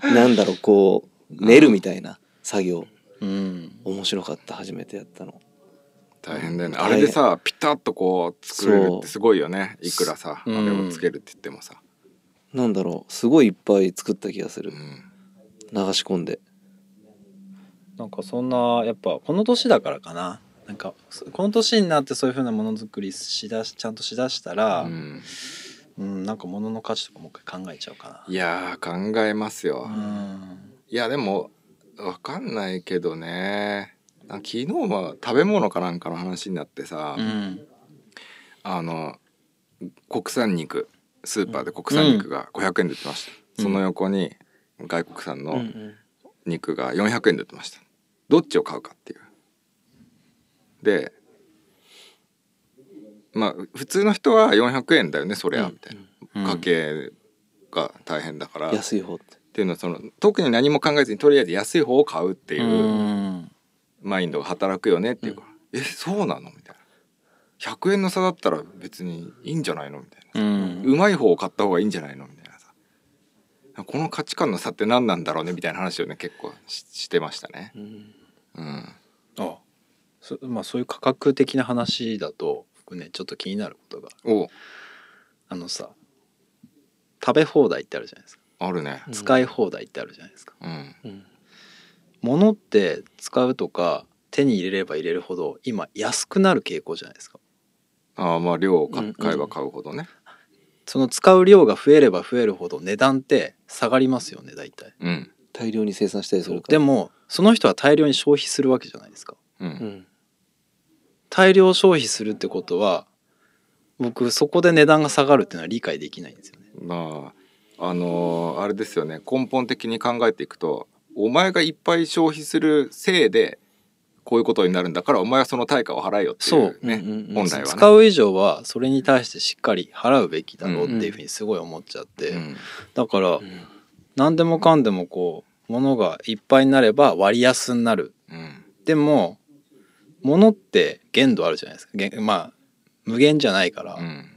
Speaker 3: けどなんだろうこう練るみたいな作業
Speaker 2: うん
Speaker 3: 面白かった初めてやったの
Speaker 1: 大変だよね
Speaker 3: 大
Speaker 1: あ
Speaker 3: 変
Speaker 1: れでさピタッとこう作れる
Speaker 3: そ
Speaker 1: っ
Speaker 3: う
Speaker 1: てすごいよねいくらさあ
Speaker 2: うん
Speaker 1: れをつけるって言ってもさ、
Speaker 3: なんだろうすごいいっぱい作った気がす
Speaker 1: う
Speaker 3: る
Speaker 1: ん
Speaker 3: 流し込んで
Speaker 2: なんかそんなやっぱこの年だからかななんかそこの年になってそういうふうなものづくりしだしちゃんとしだしたら、
Speaker 1: う
Speaker 2: うん
Speaker 1: ん
Speaker 2: なんか物の価値とかもう一回考えちゃうか
Speaker 1: いやー考えますよ、
Speaker 2: な、うん、
Speaker 1: いやでもわかんないけどねなんか昨日は食べ物かなんかの話になってさ、
Speaker 2: うん
Speaker 1: あの国産肉スーパーで国産肉が500円で売ってました、
Speaker 2: うん
Speaker 1: その横に外国産
Speaker 3: うんう
Speaker 1: の
Speaker 3: ん
Speaker 1: 肉が400円で売ってましたどっちを買うかっていうでまあ普通の人は400円だよねそりゃみたい
Speaker 2: うん
Speaker 1: な、家計が大変だからっ
Speaker 3: 安い方って
Speaker 1: ていうのはその特に何も考えずにとりあえず安い方を買うっていううんマインドが働くよねっていうから、えそうなのみたいな100円の差だったら別にいいんじゃないのみたいな
Speaker 2: うん
Speaker 1: うまい方を買った方がいいんじゃないのみたいなさこの価値観の差って何なんだろうねみたいな話をね結構ししてましたね。
Speaker 3: うん
Speaker 1: うん、
Speaker 2: あそまあそういう価格的な話だと僕ねちょっと気になることが
Speaker 1: お
Speaker 2: あのさ食べ放題ってあるじゃないですか
Speaker 1: あるね。
Speaker 2: 使い放題ってあるじゃないですか、
Speaker 1: うん、
Speaker 3: うん
Speaker 2: 物って使うとか手に入れれば入れるほど今安くなる傾向じゃないですか
Speaker 1: ああまあ量を買
Speaker 3: うんうん
Speaker 1: 買えば買うほどね。
Speaker 2: その使う量が増えれば増えるほど値段って下がりますよね大体
Speaker 1: うん
Speaker 3: 大量に生産したりするから
Speaker 2: でもその人は大量に消費するわけじゃないですか
Speaker 1: う
Speaker 3: うんん
Speaker 2: 大量消費するってことは僕そこで値段が下がるっていうのは理解できないんですよね
Speaker 1: まああのーあれですよね根本的に考えていくとお前がいっぱい消費するせいでこういうことになるんだからお前はその対価を払えよっていうね
Speaker 3: そううんうんうん
Speaker 1: 本来はね。
Speaker 2: 使う以上はそれに対してしっかり払うべきだろうっていうふうにすごい思っちゃって、
Speaker 1: うん
Speaker 2: だから何でもかんでもこう物がいっぱいになれば割安になる
Speaker 1: うん
Speaker 2: でも物って限度あるじゃないですか限まあ無限じゃないから、
Speaker 1: うん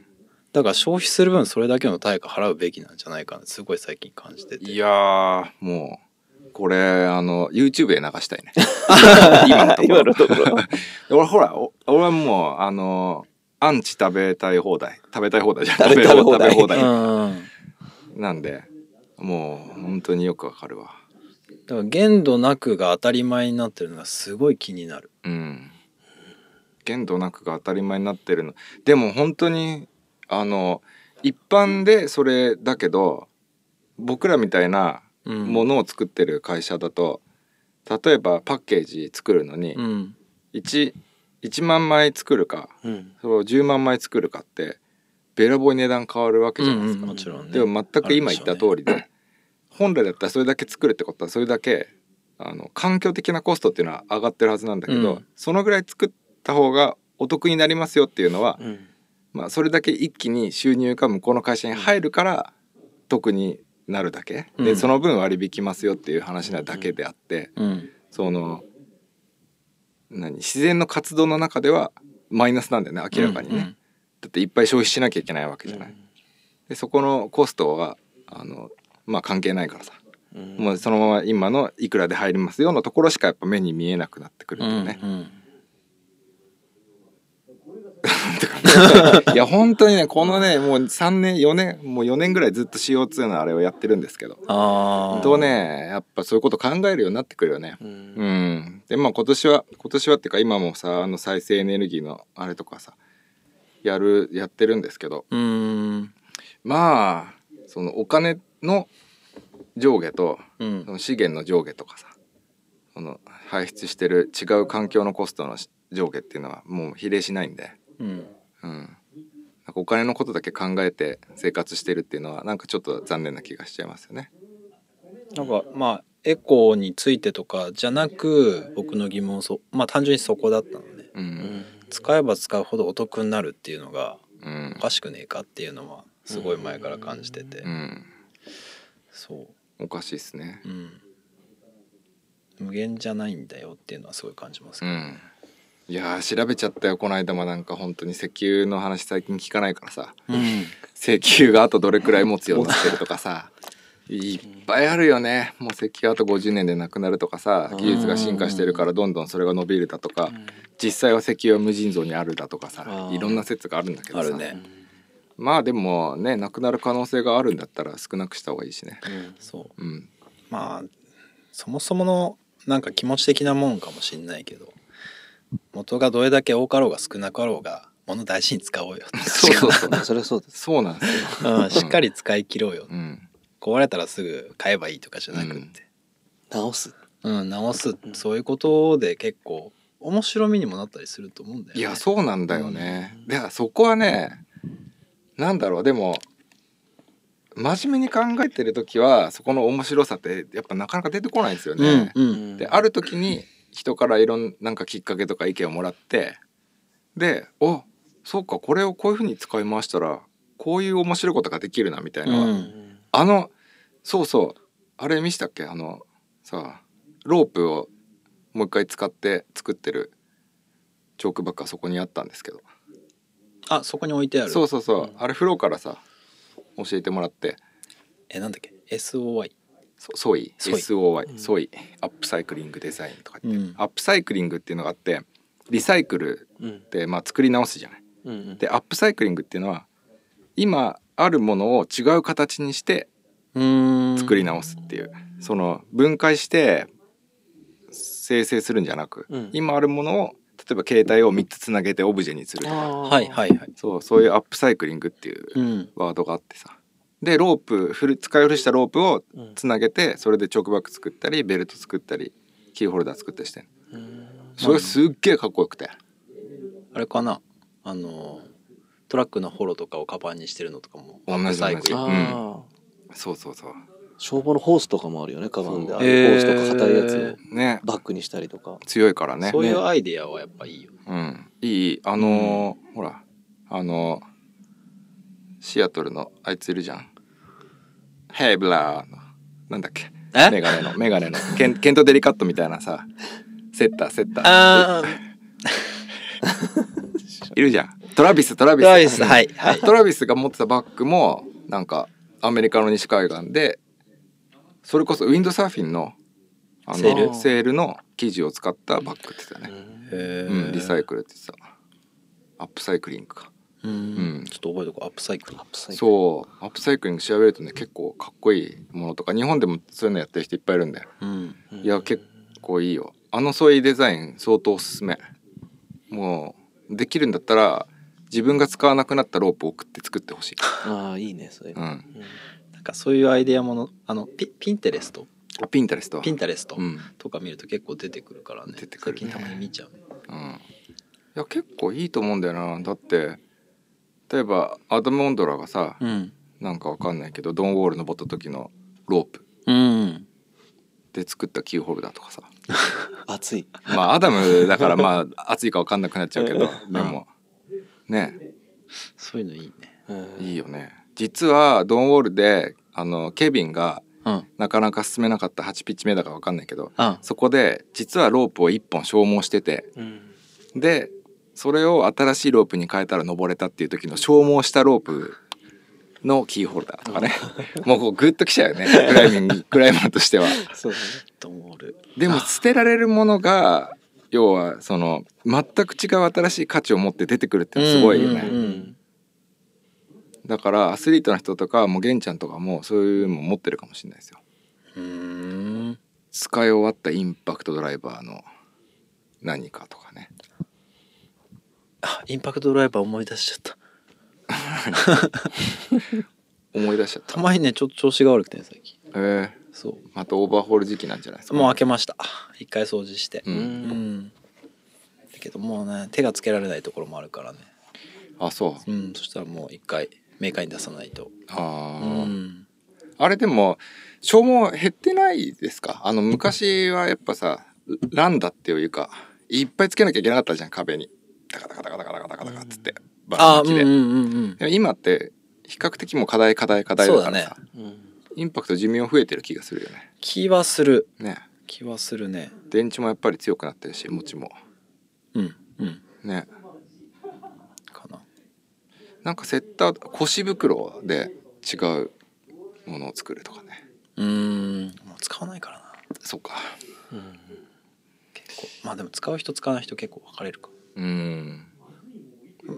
Speaker 2: だから消費する分それだけの対価払うべきなんじゃないかなすごい最近感じてて
Speaker 1: いやーもうこれあの YouTube で流したいね今のところ
Speaker 3: 今のところ。
Speaker 1: 俺ほらお俺はもうあのーアンチ食べたい放題食べたい放題じゃん
Speaker 3: 食べたい放題
Speaker 1: 食べ
Speaker 2: う
Speaker 1: 放題
Speaker 2: ん
Speaker 1: なんでもう本当によくわかるわ
Speaker 2: だから限度なくが当たり前になってるのがすごい気になる
Speaker 1: うん、限度なくが当たり前になってるのでも本当にあの一般でそれだけど僕らみたいな
Speaker 2: うん
Speaker 1: ものを作ってる会社だと例えばパッケージ作るのに
Speaker 2: うん、
Speaker 1: 1, 1万枚作るか
Speaker 3: うん。
Speaker 1: それを10万枚作るかってべらぼうに値段変わるわけ
Speaker 2: うん
Speaker 1: じ
Speaker 2: う
Speaker 1: ゃないです
Speaker 2: ん
Speaker 1: か。
Speaker 2: もちろんね
Speaker 1: でも全く今言った
Speaker 2: り
Speaker 1: 通りで本来だったらそれだけ作るってことはそれだけあの環境的なコストっていうのは上がってるはずなんだけど、
Speaker 2: うん
Speaker 1: そのぐらい作った方がお得になりますよっていうのは、
Speaker 3: うん。
Speaker 1: まあ、それだけ一気に収入が向こうの会社に入るから得になるだけ、
Speaker 2: う
Speaker 1: で
Speaker 2: ん
Speaker 1: その分割引きますよっていう話なだけであって、
Speaker 2: うん
Speaker 1: その何自然の活動の中ではマイナスなんだよね明らかにね、
Speaker 2: うん
Speaker 1: だっていっぱい消費しなきゃいけないわけじゃない。でそこのコストはあのまあ関係ないからさ、
Speaker 3: うん
Speaker 1: もうそのまま今のいくらで入りますよのところしかやっぱ目に見えなくなってくる
Speaker 2: うん
Speaker 1: だ
Speaker 2: ん
Speaker 1: よね。
Speaker 2: うん
Speaker 1: てか いや本当にねこのねもう3年4年もう4年ぐらいずっと CO2 のあれをやってるんですけど。
Speaker 2: ああ
Speaker 1: とねやっぱそういうこと考えるようになってくるよね。
Speaker 3: うん。
Speaker 1: うん、でまあ今年は今年はっていうか今もさあの再生エネルギーのあれとかさやるやってるんですけど
Speaker 2: うーん
Speaker 1: まあそのお金の上下と
Speaker 2: う
Speaker 1: そ
Speaker 2: ん
Speaker 1: の資源の上下とかさその排出してる違う環境のコストのし上下っていうのはもう比例しないんで、
Speaker 2: うん
Speaker 1: うん、なんかお金のことだけ考えて生活してるっていうのはなんかちょっと残念な気がしちゃいますよね。
Speaker 2: なんかまあエコーについてとかじゃなく僕の疑問そまあ単純にそこだったのね
Speaker 1: うん
Speaker 2: 使えば使うほどお得になるっていうのが
Speaker 1: うん
Speaker 2: おかしくねえかっていうのはすごい前から感じてて
Speaker 1: うん、
Speaker 2: そ
Speaker 1: おかしいっすね
Speaker 2: う、うん無限じゃないんだよっていうのはすごい感じます
Speaker 1: う
Speaker 2: けど
Speaker 1: ん、いやー調べちゃったよこの間もなんか本当に石油の話最近聞かないからさ
Speaker 2: うん
Speaker 1: 石油があとどれくらい持つようになってるとかさいっぱいあるよねもう石油あと50年でなくなるとかさ技術が進化してるからどんどんそれが伸びるだとか実際は石油は無尽蔵にあるだとかさ
Speaker 3: あー
Speaker 1: いろんな説があるんだけど
Speaker 2: あ
Speaker 1: さ
Speaker 2: るね
Speaker 1: まあでもねなくなる可能性があるんだったら少なくした方がいいしね
Speaker 2: そう
Speaker 1: うん
Speaker 2: まあそもそものなんか気持ち的なもんかもしんないけど元がどれだけ多かろうが少なかろうが物大事に使おうよって
Speaker 1: そうそうそう
Speaker 3: それはそうです。
Speaker 1: そうなんですよ、
Speaker 2: うんしっかり使い切ろうよ
Speaker 1: うん、
Speaker 2: 壊れたらすぐ買えばいいとかじゃなくって、
Speaker 3: 直す。
Speaker 2: うん直すそういうことで結構面白みにもなったりすると思うんだよ、ね、
Speaker 1: いやそうなんだよね、でそこはねなんだろうでも真面目に考えてる時はそこの面白さってやっぱなかなか出てこないんですよね、
Speaker 2: うん、う、
Speaker 3: うんん
Speaker 1: である時に人からいろんなんかきっかけとか意見をもらってで「おそうかこれをこういうふうに使い回したらこういう面白いことができるな」みたいな、
Speaker 2: う
Speaker 3: うんん
Speaker 1: あのそうそうあれ見したっけあのさロープをもう一回使って作ってるチョークバッグはそこにあったんですけど
Speaker 2: あそこに置いてある
Speaker 1: そうそうそうあれフローからさ教えてもらって
Speaker 2: えなんだっけ SOY
Speaker 1: そソイ
Speaker 2: ソイ
Speaker 1: SOY ソイアップサイクリングデザインとか言って、
Speaker 2: うん
Speaker 1: アップサイクリングっていうのがあってリサイクル
Speaker 3: うん
Speaker 1: ってまあ作り直すじゃない。
Speaker 3: うん。
Speaker 1: でアップサイクリングっていうのは今あるものを違う形にして
Speaker 2: うん
Speaker 1: 作り直すっていう、その分解して生成するんじゃなく、
Speaker 3: うん
Speaker 1: 今あるものを例えば携帯を3つつなげてオブジェにするとか
Speaker 2: はいはいはい
Speaker 1: そうそういうアップサイクリングっていう
Speaker 2: うん
Speaker 1: ワードがあってさでロープ古使い古したロープをつなげてそれでチョークバッグ作ったりベルト作ったりキーホルダー作ったりしてんのそれがすっげえかっこよくて
Speaker 2: あれかなあのトラックのホロとかをカバンにしてるのとかも
Speaker 1: 同じ
Speaker 2: アップサイクル
Speaker 1: う同んじ
Speaker 3: ああ
Speaker 1: そうそうそう
Speaker 3: 消防のホースとかもあるよねカバンで
Speaker 1: そう
Speaker 3: ああいうホースとか硬いや
Speaker 2: へえ
Speaker 3: つ
Speaker 1: ね
Speaker 3: をバッグにしたりとか
Speaker 1: 強いからね
Speaker 2: そういうアイデアはやっぱいいよね
Speaker 1: うん、いいあのーほらあのーシアトルのあいついるじゃんヘイブラーのなんだっけ
Speaker 2: え
Speaker 1: メガネのメガネのケンケント・デリカットみたいなさセッターセッター
Speaker 2: あ
Speaker 1: いるじゃんトラビストラ
Speaker 2: あ
Speaker 1: ビス
Speaker 2: ライスはいはい
Speaker 1: トラビスが持ってたバッグもなんかアメリカの西海岸でそれこそウィンドサーフィンのあの
Speaker 2: セール
Speaker 1: セールの生地を使ったバッグって言ってたね、うん、リサイ
Speaker 2: ク
Speaker 1: クルって言ってたアップサイクリングか
Speaker 2: ル
Speaker 1: うん
Speaker 2: ちょっと覚えとこうアップサイクルう
Speaker 1: そうアップサイクリング調べるとね結構かっこいいものとか日本でもそういうのやってる人いっぱいいるんだよ、
Speaker 2: うん
Speaker 1: いや結構いいよあのソイデザイン相当おすすめもうできるんだったら自分が使わなくなったロープを送って作ってほしい、
Speaker 3: ああいいねそれ
Speaker 1: うん、あ
Speaker 2: なんかそういうアイデアものあのピピンテレスト
Speaker 1: ピンタレスト
Speaker 2: ピンタレスト
Speaker 1: うん、
Speaker 2: とか見ると結構出てくるからね
Speaker 1: 出てくるね
Speaker 2: 最近たまに見ちゃう
Speaker 1: うん、いや結構いいと思うんだよなだって例えばアダム・オンドラがさ、
Speaker 2: うん
Speaker 1: なんかわかんないけどドンウォール登った時のロープ
Speaker 2: うん
Speaker 1: で作ったキーホルダーとかさ
Speaker 3: 熱い
Speaker 1: まあアダムだからまあ熱いか分かんなくなっ ちゃうけどでもね
Speaker 2: そういうのいいね
Speaker 3: うん
Speaker 1: いいよね実はドンウォールであのケビンが
Speaker 2: うん
Speaker 1: なかなか進めなかった8ピッチ目だか分かんないけど
Speaker 2: あ
Speaker 1: そこで実はロープを1本消耗してて
Speaker 3: うん
Speaker 1: でそれを新しいロープに変えたら登れたっていう時の消耗したロープのキーホルダーと かねもうこうグッときちゃうよねクライミングクライマーとしては。
Speaker 3: そうだね
Speaker 2: ドンウォール
Speaker 1: でも捨てられるものが要はその全く違う新しい価値を持って出てくるっていうのはすごいよね、
Speaker 2: うんうんうん
Speaker 1: だからアスリートの人とかもう玄ちゃんとかもそういうの持ってるかもしれないですよ
Speaker 2: うん
Speaker 1: 使い終わったインパクトドライバーの何かとかね
Speaker 2: あインパクトドライバー思い出しちゃった
Speaker 1: 思い出しちゃった
Speaker 2: たまにねちょっと調子が悪くてね最近
Speaker 1: えー、
Speaker 2: そ
Speaker 1: またオーバーホール時期なんじゃないです
Speaker 2: う
Speaker 1: か
Speaker 2: もう開けました一回掃除して
Speaker 1: う、
Speaker 3: うんん
Speaker 2: だけどもうね手がつけられないところもあるからね
Speaker 1: あそう
Speaker 2: うんそしたらもう一回メーカーに出さないと
Speaker 1: あ
Speaker 2: う
Speaker 1: ー、
Speaker 2: ん
Speaker 1: あれでも消耗減ってないですかあの昔はやっぱさランダっていうかいっぱいつけなきゃいけなかったじゃん壁にダカダカダカダカダカダカダカっつってバ
Speaker 2: あ
Speaker 1: ーン
Speaker 2: ーうん
Speaker 1: で、
Speaker 2: うんうんうん
Speaker 1: でも今って比較的もう課題課題課題だから
Speaker 2: そう
Speaker 1: さ、
Speaker 2: だ
Speaker 3: うん
Speaker 1: インパクト寿命増えてる気がするよね
Speaker 2: 気はする
Speaker 1: ね
Speaker 2: 気はするね
Speaker 1: 電池もやっぱり強くなってるし持ちも
Speaker 2: うんうん
Speaker 1: ね
Speaker 2: かな
Speaker 1: なんかセッター腰袋で違うものを作るとかね
Speaker 2: うーんもう使わないからな
Speaker 1: そうか
Speaker 2: 結構まあでも使う人使わない人結構分かれるか
Speaker 1: うん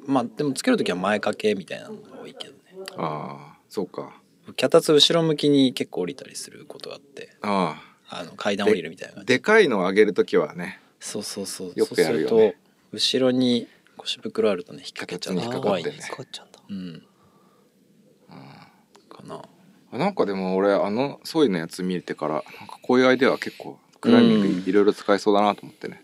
Speaker 2: まあでもつける時は前掛けみたいなのが多いけどね
Speaker 1: ああそうか
Speaker 2: 脚立後ろ向きに結構降りたりすることがあって
Speaker 1: あ
Speaker 2: あの階段降りるみたいな
Speaker 1: あでかいのを上げるときはね
Speaker 2: そうそうそう
Speaker 1: よくやるよね
Speaker 2: そうすると後ろに腰袋あるとね引っ掛けちゃ
Speaker 1: 引っ
Speaker 2: う
Speaker 1: 掛か
Speaker 2: 怖
Speaker 1: っ
Speaker 2: い
Speaker 1: て
Speaker 2: ね
Speaker 1: ね
Speaker 3: 引っかかっちゃうんだ
Speaker 2: うんかな
Speaker 1: あなんかでも俺あのソイのやつ見てからなんかこういうアイデアは結構クライミン
Speaker 2: うん
Speaker 1: グいろいろ使えそうだなと思ってね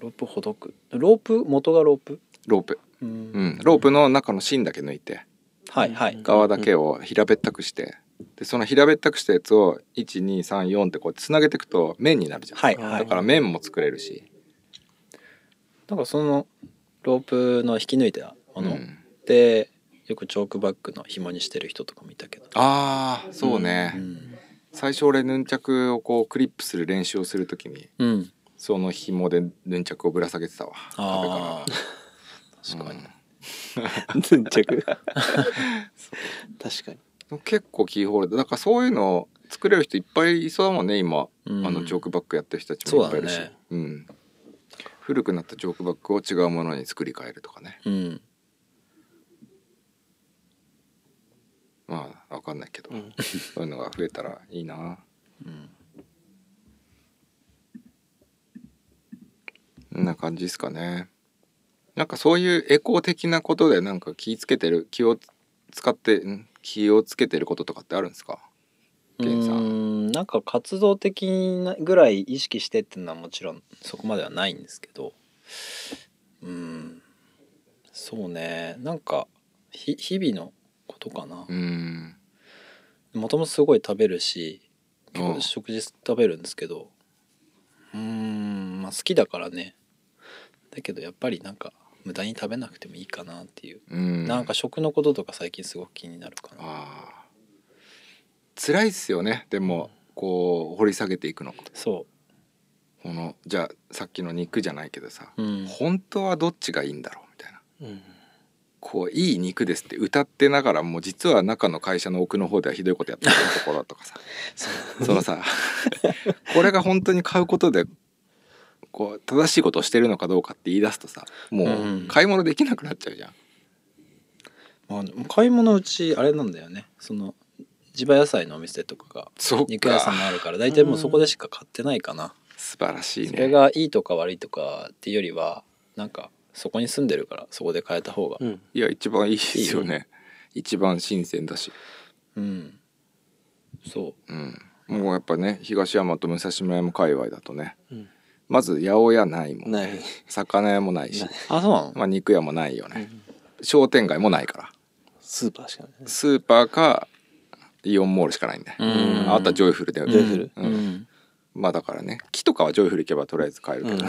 Speaker 2: ロープほどくロープ元がロープ
Speaker 1: ロープ、
Speaker 2: う
Speaker 1: うんん、ロープの中の芯だけ抜いて
Speaker 2: はいはい
Speaker 1: 側だけを平べったくしてでその平べったくしたやつを1234ってこうやってつなげていくと面になるじゃん、
Speaker 2: はいはい
Speaker 1: だから面も作れるし、
Speaker 2: なんかそのロープの引き抜いたも
Speaker 1: う
Speaker 2: の
Speaker 1: ん
Speaker 2: でよくチョークバッグの紐にしてる人とかもいたけど
Speaker 1: ああそうね、
Speaker 2: うん
Speaker 1: 最初俺ヌンチャクをこうクリップする練習をするときに
Speaker 2: うん
Speaker 1: その紐でヌンチャクをぶら下げてたわ壁
Speaker 2: あ
Speaker 1: か
Speaker 2: あ確かに
Speaker 3: 粘 着確かに
Speaker 1: ら結構キーホルダーだからそういうのを作れる人いっぱいいそうだもんね今、
Speaker 2: うん
Speaker 1: あのジョークバッグやってる人たちもいっぱいいるし
Speaker 2: そうだね
Speaker 1: うん、古くなったジョークバッグを違うものに作り変えるとかね
Speaker 2: うん
Speaker 1: まあ分かんないけど、
Speaker 3: うん
Speaker 1: そういうのが増えたらいいな
Speaker 2: うん
Speaker 1: こんな感じですかねなんかそういうエコー的なことでなんか気ぃつけてる気を使ってん気をつけてることとかってあるんですかゲンさん
Speaker 2: うんなんか活動的なぐらい意識してっていうのはもちろんそこまではないんですけどうんそうねなんかひ日々のことかな
Speaker 1: うーん
Speaker 2: もともとすごい食べるし結
Speaker 1: あ
Speaker 2: 構
Speaker 1: あ
Speaker 2: 食事食べるんですけどうーんまあ好きだからねだけどやっぱりなんか無駄に食べなくてもいいかなっていう、
Speaker 1: うん
Speaker 2: なんか食のこととか最近すごく気になるかな
Speaker 1: あー辛いっすよねでもこう掘り下げていくのこ
Speaker 2: そ
Speaker 1: のじゃあさっきの肉じゃないけどさ、
Speaker 2: う、うん、
Speaker 1: 本当はどっちがいいんだろうみたいな
Speaker 3: うん
Speaker 1: こういい肉ですって歌ってながらもう実は中の会社の奥の方ではひどいことやってるところとかさそのさこれが本当に買うことでこう正しいことをしてるのかどうかって言い出すとさも
Speaker 2: うん
Speaker 1: う買い物できなくなっちゃうじゃん。
Speaker 2: まあ、買い物うちあれなんだよねその地場野菜のお店とかが
Speaker 1: そう
Speaker 2: 肉屋さん
Speaker 1: か
Speaker 2: もあるから大体もうそこでしか買ってないかな、
Speaker 1: 素晴らしい
Speaker 2: それ
Speaker 1: ね。
Speaker 2: がいいとか悪いとかっていうよりはなんかそこに住んでるからそこで買えた方が
Speaker 3: うん
Speaker 1: いや一番いいですよね。一番新鮮だし、
Speaker 2: うんそ
Speaker 1: うん、もうやっぱね東山と武蔵村山界隈だとね、
Speaker 3: うん
Speaker 1: まず八百屋ないもん
Speaker 3: ない
Speaker 1: 魚屋もないし
Speaker 3: ない、
Speaker 2: うあそうなの
Speaker 1: まあ、肉屋もないよね、商店街もないから。
Speaker 3: スーパーしかない
Speaker 1: スーパーかイオンモールしかないんで、
Speaker 2: うん
Speaker 1: あとはジョイフルだよね、
Speaker 3: ジョイフル
Speaker 1: うんまあだからね木とかはジョイフル行けばとりあえず買えるけど、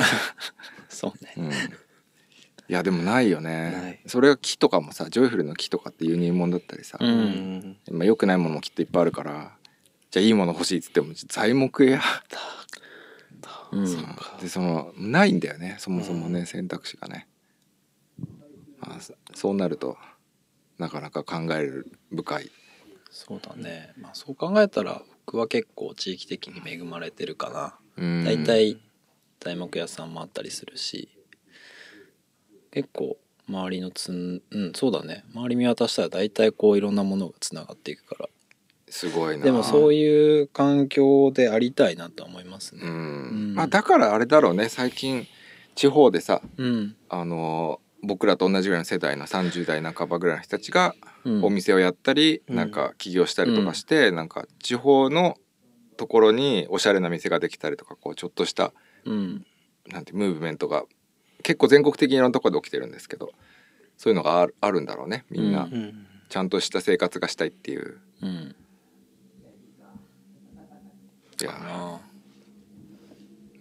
Speaker 2: そうね
Speaker 1: うんいやでもないよね
Speaker 3: ない
Speaker 1: それが木とかもさジョイフルの木とかって輸入物だったりさ、
Speaker 2: う
Speaker 3: うんん
Speaker 1: まあ、良くないものもきっといっぱいあるからじゃあいいもの欲しいっつっても材木や
Speaker 2: うん
Speaker 1: でそのないんだよねそもそもね、選択肢がね、まあ、そそうなるとなかなか考える深い
Speaker 2: そうだね、まあ、そう考えたら僕は結構地域的に恵まれてるかな
Speaker 1: うん
Speaker 2: 大体材木屋さんもあったりするし結構周りのつんうんそうだね周り見渡したら大体こういろんなものがつながっていくか
Speaker 1: すごい
Speaker 2: ら
Speaker 1: な
Speaker 2: でもそういう環境でありたいなとは思います
Speaker 1: う
Speaker 2: ね
Speaker 1: ん
Speaker 2: ん
Speaker 1: まあだからあれだろうね最近地方でさ
Speaker 2: うん
Speaker 1: あのー僕らと同じぐらいの世代の30代半ばぐらいの人たちが
Speaker 2: うん
Speaker 1: お店をやったり、
Speaker 3: うん
Speaker 1: なんか起業したりとかして、なんか地方のところにおしゃれな店ができたりとかこうちょっとした
Speaker 2: うん
Speaker 1: なんてムーブメントが結構全国的にいろんなところで起きてるんですけどそういうのがあるあるんだろうねみんな、
Speaker 2: う
Speaker 3: うん
Speaker 1: ちゃんとした生活がしたいっていう
Speaker 2: うん
Speaker 1: いや
Speaker 2: かな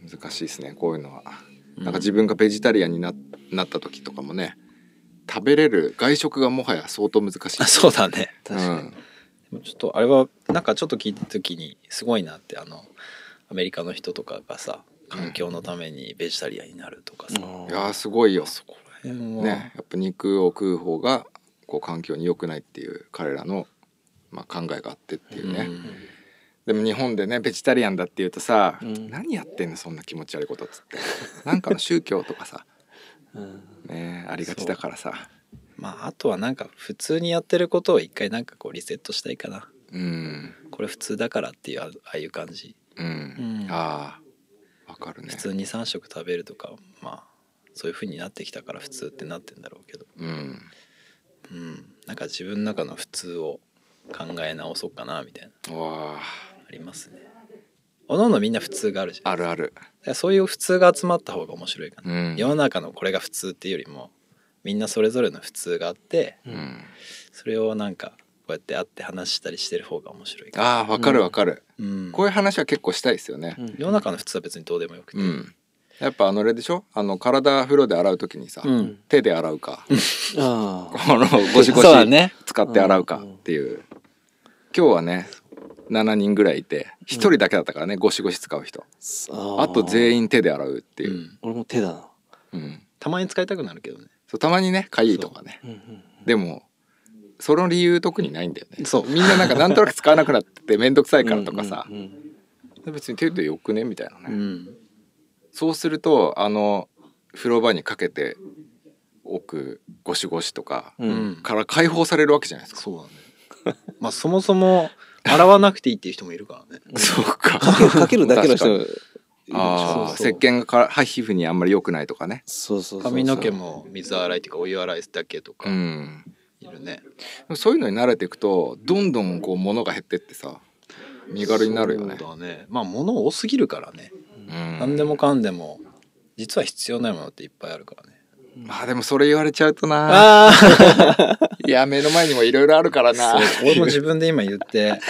Speaker 1: ー難しいですねこういうのは。なんか自分がベジタリアンにななった時とかもね食べれる外食がもはや相当難しい
Speaker 2: あ そうだね
Speaker 3: 確かに
Speaker 2: でもちょっとあれはなんかちょっと聞いた時にすごいなってあのアメリカの人とかがさ環境のためにベジタリアンになるとかさ、
Speaker 1: うん、いやーすごいよ、
Speaker 2: そこら辺は、
Speaker 1: ね、やっぱ肉を食う方がこう環境に良くないっていう彼らの、まあ、考えがあってっていうね、でも日本でねベジタリアンだっていうとさ、
Speaker 3: うん
Speaker 1: 何やってんのそんな気持ち悪いことっつって なんかの宗教とかさ、ね、ありがちだからさ
Speaker 2: まああとはなんか普通にやってることを一回なんかこうリセットしたいかな
Speaker 1: うん
Speaker 2: これ普通だからっていうあああいう感じ
Speaker 1: うん、
Speaker 2: うん
Speaker 1: ああわかるね
Speaker 2: 普通に3食食べるとかまあそういう風になってきたから普通ってなってんだろうけど
Speaker 1: うん
Speaker 2: うんなんか自分の中の普通を考え直そうかなみたいな
Speaker 1: うわあ
Speaker 2: ありますねおのおのみんな普通があるじゃん
Speaker 1: あるある
Speaker 2: だからそういう普通が集まった方が面白いかな、
Speaker 1: うん
Speaker 2: 世の中のこれが普通っていうよりもみんなそれぞれの普通があって
Speaker 1: うん
Speaker 2: それをなんかこうやって会って話したりしてる方が面白いかな、
Speaker 1: ああわかるわかる、
Speaker 2: うん、
Speaker 1: こういう話は結構したいですよね。
Speaker 3: うん
Speaker 2: 世の中の普通は別にどうでもよくて、
Speaker 1: うん。やっぱあのあれでしょあの体風呂で洗うときにさ、
Speaker 2: うん
Speaker 1: 手で洗うか、
Speaker 3: ああ
Speaker 1: このゴシゴシ
Speaker 2: そうだね
Speaker 1: 使って洗うかっていう。今日はね、7人ぐらいいて、1人だけだったからね、ゴシゴシ使う人。
Speaker 3: あ
Speaker 1: あと全
Speaker 3: 員
Speaker 1: 員手で洗うっていうう。
Speaker 2: ん
Speaker 3: 俺も手だな
Speaker 1: うん。
Speaker 2: たまに使いたくなるけどね
Speaker 1: そうたまにね、かゆいとかね。
Speaker 3: うんうん
Speaker 1: でも、その理由特にないんだよね。
Speaker 2: そう
Speaker 1: みんななんかなんとなく使わなくなっててめんどくさいからとかさ
Speaker 3: う、んうん
Speaker 1: 別に手でよくねみたいなね。
Speaker 2: うん
Speaker 1: そうするとあの風呂場にかけておくゴシゴシとか
Speaker 3: うん
Speaker 2: うん
Speaker 1: から解放されるわけじゃないですか。
Speaker 2: そうだね まあそもそも洗わなくていいっていう人もいるからね
Speaker 1: そう か。
Speaker 3: かけるだけの人いるでしょ
Speaker 1: ああ
Speaker 3: そう
Speaker 1: 石鹸がからはい皮膚にあんまり良くないとかね。
Speaker 3: そうそうそうそう
Speaker 2: 髪の毛も水洗いとかお湯洗いだけとか
Speaker 1: うん。
Speaker 2: いるね、
Speaker 1: そういうのに慣れていくとどんどんこう物が減ってってさ身軽になるよね。
Speaker 2: そうだねまあ物多すぎるからね、
Speaker 1: うん
Speaker 2: 何でもかんでも実は必要ないものっていっぱいあるからね
Speaker 1: まあでもそれ言われちゃうとな。
Speaker 2: あ あ
Speaker 1: いや、目の前にもいろいろあるからな。
Speaker 2: 俺も自分で今言って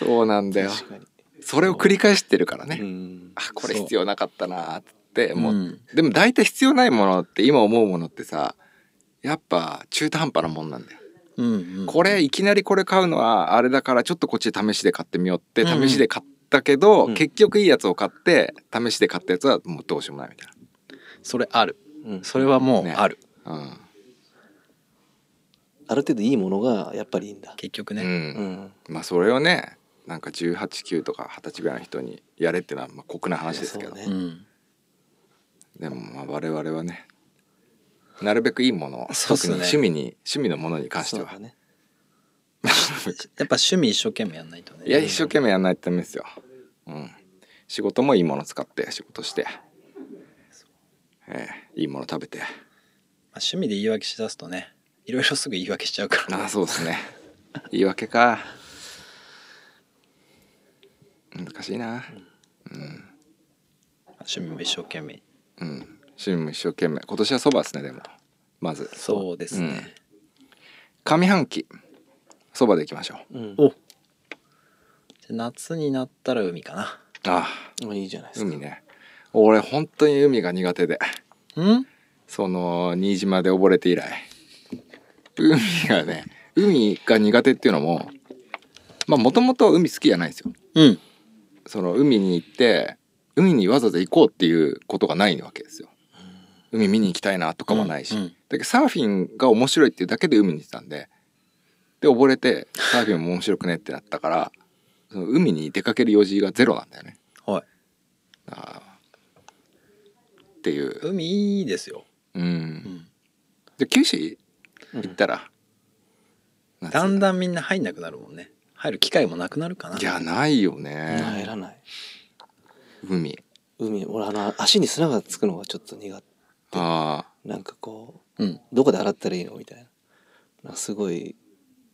Speaker 1: そうなんだよ。
Speaker 3: 確かに。
Speaker 1: それを繰り返してるからね。
Speaker 3: うん。
Speaker 1: あ、これ必要なかったなって思
Speaker 2: も
Speaker 1: っ
Speaker 2: う
Speaker 1: て。
Speaker 2: ん
Speaker 1: でも大体必要ないものって今思うものってさやっぱ中途半端なもんなんだよ、
Speaker 2: うんうん
Speaker 1: これいきなりこれ買うのはあれだからちょっとこっちで試しで買ってみようって
Speaker 2: うんうん
Speaker 1: 試しで買ったけど、
Speaker 3: うん
Speaker 1: 結局いいやつを買って試しで買ったやつはもうどうしようもないみたい
Speaker 2: それある
Speaker 3: うん
Speaker 2: それはもう
Speaker 1: ね
Speaker 2: ある、
Speaker 1: なうん、
Speaker 3: ある程度いいものがやっぱりいいんだ。
Speaker 2: 結局
Speaker 1: う
Speaker 2: ね、
Speaker 1: ん
Speaker 3: うん。
Speaker 1: まあそれをねなんか189とか20歳ぐらいの人にやれってのはまあ酷な話ですけど、
Speaker 3: そう
Speaker 2: う
Speaker 3: ね。
Speaker 2: ん、
Speaker 1: でもまあ我々はねなるべくいいものを、
Speaker 2: そうっ
Speaker 1: 特
Speaker 2: す
Speaker 1: に
Speaker 2: ね
Speaker 1: 趣味に趣味のものに関して
Speaker 3: そう
Speaker 1: は
Speaker 3: だ、ね。
Speaker 2: やっぱ趣味一生懸命やんないとね
Speaker 1: いや一生懸命やんないとダメですよ、うん、仕事もいいもの使って仕事して、ええいいもの食べて
Speaker 2: まあ趣味で言い訳しだすとねいろいろすぐ言い訳しちゃうから
Speaker 1: ああそうですね言い訳か難しいな
Speaker 2: 趣味も一生懸命
Speaker 1: うん趣味も一生懸命今年はそばですねでもまず
Speaker 2: そうですね、
Speaker 1: 上半期そばでいきましょう
Speaker 3: うん。
Speaker 2: おじゃあ夏になったら海かな
Speaker 1: ああ
Speaker 3: まあいいじゃないですか。
Speaker 1: 海ね俺本当に海が苦手で
Speaker 2: うん
Speaker 1: その新島で溺れて以来海がね海が苦手っていうのもまあもともと海好きじゃないんですよ
Speaker 2: うん
Speaker 1: その海に行って海にわざわざ行こうっていうことがないわけですよ海見に行きたいなとかもないし、
Speaker 2: うんうん
Speaker 1: だけどサーフィンが面白いっていうだけで海に行ってたんでで溺れてサーフィンも面白くねってなったからその海に出かける余地がゼロなんだよね
Speaker 2: はい
Speaker 1: あーっていう
Speaker 2: 海いいですよ、
Speaker 1: う
Speaker 2: うんん、
Speaker 1: で九死行ったら、夏
Speaker 2: だんだんみんな入んなくなるもんね入る機会もなくなるかない
Speaker 1: やないよ
Speaker 3: 入
Speaker 1: ね
Speaker 3: らない。
Speaker 1: 海
Speaker 3: 海、俺あの足に砂がつくのがちょっと苦手。
Speaker 1: あ
Speaker 3: なんかこ
Speaker 2: うん
Speaker 3: う、どこで洗ったらいいのみたいな。なんかすごい、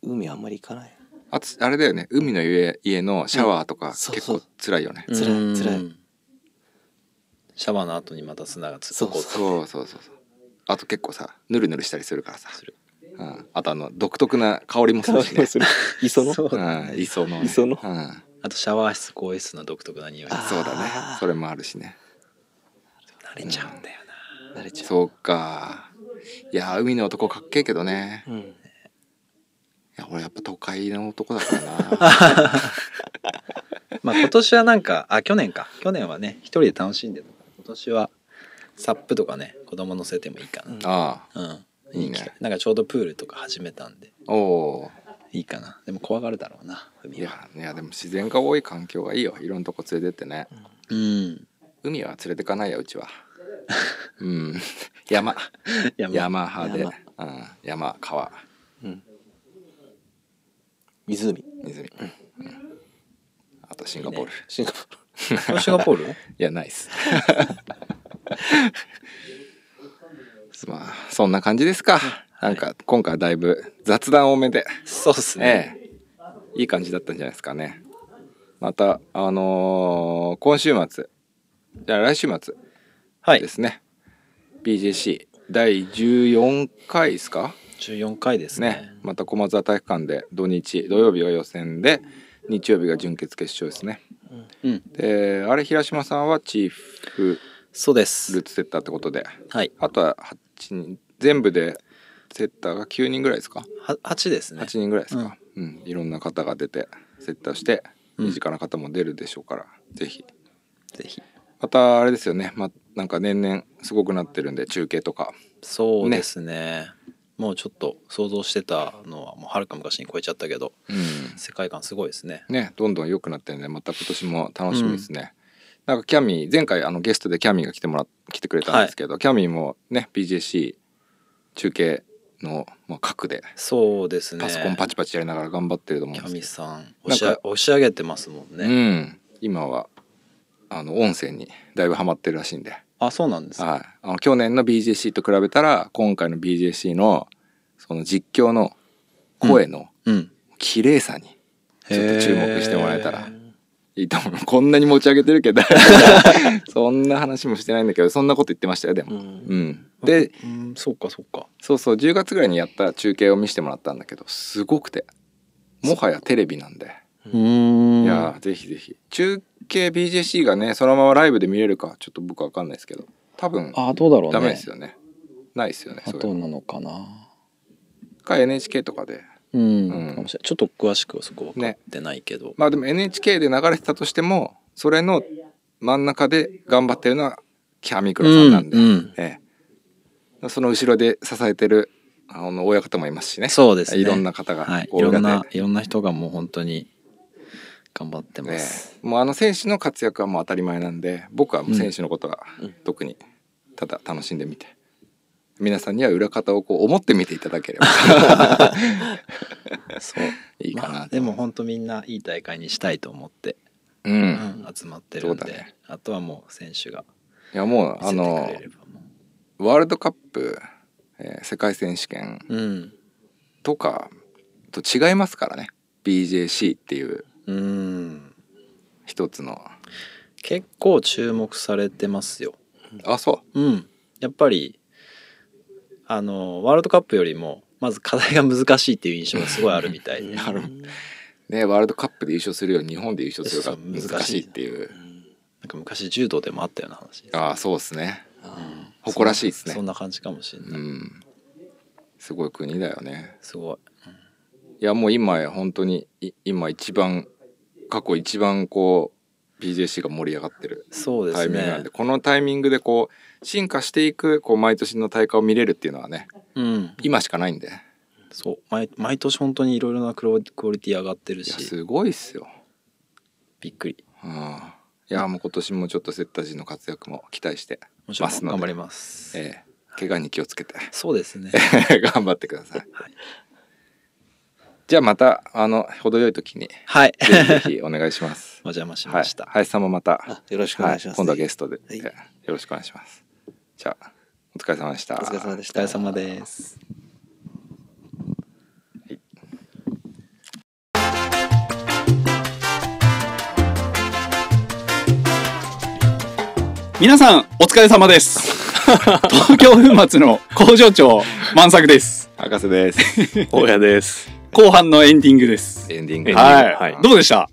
Speaker 3: 海あんまり行かない。
Speaker 1: ーあつあれだよね海の家家のシャワーとか
Speaker 3: んそう
Speaker 1: 結
Speaker 3: そう
Speaker 1: 構辛いよね、
Speaker 3: 辛い
Speaker 2: うん
Speaker 3: 辛い
Speaker 2: シャワーの後にまた砂がつ
Speaker 3: そう
Speaker 2: こう
Speaker 1: そうそうそうそうあと結構さぬるぬるしたりするからさ
Speaker 2: する、
Speaker 1: うん、あとあの独特な香りもするしね
Speaker 3: それ、磯の
Speaker 2: そうだ
Speaker 1: うん、磯の、ね、
Speaker 3: 磯の
Speaker 1: うん、
Speaker 2: あとシャワー室更衣室の独特な匂い
Speaker 3: あ
Speaker 2: 慣
Speaker 1: そうだね
Speaker 3: あー
Speaker 1: それもあるしね
Speaker 2: れちゃうんだよな
Speaker 3: 慣れちゃう。
Speaker 1: そうかいや海の男かっけえけどね
Speaker 3: うん。
Speaker 1: いや俺やっぱ都会の男だ からな
Speaker 2: まあ今年はなんかあ去年か去年はね一人で楽しんでたから今年はサップとかね子供乗せてもいいか
Speaker 1: ああ
Speaker 2: なうん
Speaker 1: いいね
Speaker 2: 機会なんかちょうどプールとか始めたんで
Speaker 1: おお
Speaker 2: いいかなでも怖がるだろうない海は
Speaker 1: やいやでも自然が多い環境がいいよいろんなとこ連れてってね、
Speaker 2: うん
Speaker 1: 海は連れてかないようちはうん 山
Speaker 2: 山
Speaker 1: 山派で山,、うん、山川
Speaker 3: 湖。
Speaker 1: 湖、うんあとシンガポールい,、
Speaker 3: シンガポール。
Speaker 2: シンガポール
Speaker 1: やないっす まあそんな感じですか、なんか今回はだいぶ雑談多めで
Speaker 2: そうっすね、
Speaker 1: ええいい感じだったんじゃないですかねまたあのー今週末じゃあ来週末
Speaker 2: はい
Speaker 1: ですね、BJC 第14回ですか
Speaker 2: 14回ですね
Speaker 1: ねまた駒沢体育館で土日土曜日が予選で日曜日が準決決勝ですね
Speaker 2: うん
Speaker 1: であれ平島さんはチーフ
Speaker 2: そうで
Speaker 1: ルー
Speaker 2: す
Speaker 1: ツセッターってことで
Speaker 2: はい
Speaker 1: あとは8人全部でセッターが9人ぐらいですか
Speaker 2: は8ですね
Speaker 1: 8人ぐらいですか、うんいろんな方が出てセッターして身近な方も出るでしょうから、ぜひ
Speaker 2: ぜひ
Speaker 1: またあれですよね、ま、なんか年々すごくなってるんで中継とか
Speaker 2: そうですねもうちょっと想像してたのはもうはるか昔に超えちゃったけど、
Speaker 1: うん
Speaker 2: 世界観すごいですね
Speaker 1: ねどんどん良くなってるんでまた今年も楽しみですね、なんかキャミー前回あのゲストでキャミーが来てもら来てくれたんですけど、キャミーもね BJC 中継の、まあ、核で
Speaker 2: そうですね
Speaker 1: パソコンパチパチやりながら頑張ってると思う
Speaker 2: キ
Speaker 1: んで
Speaker 2: ャ
Speaker 1: すけ
Speaker 2: ミ
Speaker 1: ど、
Speaker 2: さん押しあ押し上げてますもんね、
Speaker 1: うん今はあの音声にだいぶハマってるらしいんで、はい、
Speaker 2: あそうなんですか
Speaker 1: あの去年の BJC と比べたら今回の BJC のその実況の声の
Speaker 2: うん
Speaker 1: 綺麗さにちょっと注目してもらえたらいいと思う。こんなに持ち上げてるけど、そんな話もしてないんだけど、そんなこと言ってましたよ、で
Speaker 3: う
Speaker 1: も。
Speaker 3: ん。
Speaker 1: うん。で
Speaker 2: うんそうかそうか
Speaker 1: そうそう10月ぐらいにやった中継を見せてもらったんだけどすごくてもはやテレビなんで
Speaker 3: うん
Speaker 1: いやーぜひぜひ中継 BJC がねそのままライブで見れるかちょっと僕わかんないですけど多分
Speaker 7: あどうだろうね
Speaker 1: ダメですよねないですよね
Speaker 7: あ
Speaker 1: そ
Speaker 7: ど
Speaker 1: れ
Speaker 7: うなのかな
Speaker 1: か NHK とかで
Speaker 7: うん、
Speaker 1: うん
Speaker 7: かもしれないちょっと詳しくはそこ分かってないけど、
Speaker 1: まあでも NHK で流れてたとしてもそれの真ん中で頑張ってるのはキャミクラさんなんで、
Speaker 7: うんうん
Speaker 1: ええ、その後ろで支えてるあの親方もいますしね
Speaker 7: そうですね
Speaker 1: いろんな方が
Speaker 7: はいい
Speaker 1: 大裏で
Speaker 7: ろんないろんな人がもう本当に頑張ってます、
Speaker 1: ええもうあの選手の活躍はもう当たり前なんで僕はもう選手のことは特にただ楽しんでみて、皆さんには裏方をこう思って見ていただ ければ
Speaker 7: そう
Speaker 1: いいかなと、
Speaker 7: まあでも本当みんないい大会にしたいと思って、
Speaker 1: うん、
Speaker 7: うん集まってるんで、
Speaker 1: そうだね
Speaker 7: あとはもう選手が
Speaker 1: いやもう
Speaker 7: 見せ
Speaker 1: あ
Speaker 7: てく
Speaker 1: の
Speaker 7: れればも
Speaker 1: ワールドカップ、えー世界選手権
Speaker 7: ううん
Speaker 1: とかと違いますからね BJC っていう
Speaker 7: うん
Speaker 1: 一つの
Speaker 7: 結構注目されてますよ
Speaker 1: あそ
Speaker 7: うん、やっぱりあのワールドカップよりもまず課題が難しいっていう印象がすごいあるみたい でなる
Speaker 1: うねワールドカップで優勝するより日本で優勝するの
Speaker 7: そう
Speaker 1: が難
Speaker 7: 難し
Speaker 1: し
Speaker 7: い
Speaker 1: いっていう
Speaker 7: なんか昔柔道でもあったような話です
Speaker 1: ああそうですね誇らしいです
Speaker 7: そん
Speaker 1: ね
Speaker 7: な感じかもしれ
Speaker 1: う
Speaker 7: ない、
Speaker 1: んすごい国だよね
Speaker 7: すごい
Speaker 1: いやもう今や本当にい今一番過去一番こう BJC が盛り上がってる
Speaker 7: そうで
Speaker 1: タイ
Speaker 7: す
Speaker 1: ミングなん
Speaker 7: ね
Speaker 1: でこのタイミングでこう進化していくこう毎年の大会を見れるっていうのはね
Speaker 7: うん
Speaker 1: 今しかないんで
Speaker 7: そう毎毎年本当にいろいろなクロクオリティ上がってる
Speaker 1: いや
Speaker 7: し
Speaker 1: すごいっすよ
Speaker 7: びっくり
Speaker 1: うんいやもう今年もちょっとセッター陣の活躍も期待して
Speaker 7: もちろ
Speaker 1: ま
Speaker 7: ん
Speaker 1: すので
Speaker 7: 頑張ります、
Speaker 1: ええ怪我に気をつけて
Speaker 7: そうですね
Speaker 1: 頑張ってください、じゃあまたあの程よい時に
Speaker 7: はい
Speaker 1: ぜひぜひお願いしま す
Speaker 7: お邪魔し
Speaker 1: は
Speaker 7: ま
Speaker 1: い
Speaker 7: した、
Speaker 1: 林さんもまた
Speaker 3: あよろしくお願いしま
Speaker 1: は
Speaker 3: す
Speaker 1: 今度はゲストで、
Speaker 3: はい
Speaker 1: よろしくお願いしますじゃあお疲れ様でした
Speaker 3: お疲れ様でし
Speaker 7: お疲
Speaker 3: た
Speaker 7: れ様です
Speaker 8: 皆さんお疲れ様です東京粉末の工場長満作です
Speaker 1: 博士です
Speaker 9: 大家です。
Speaker 8: 後半のエンディングです
Speaker 1: エンディング
Speaker 8: はい、
Speaker 9: はい
Speaker 8: どうでした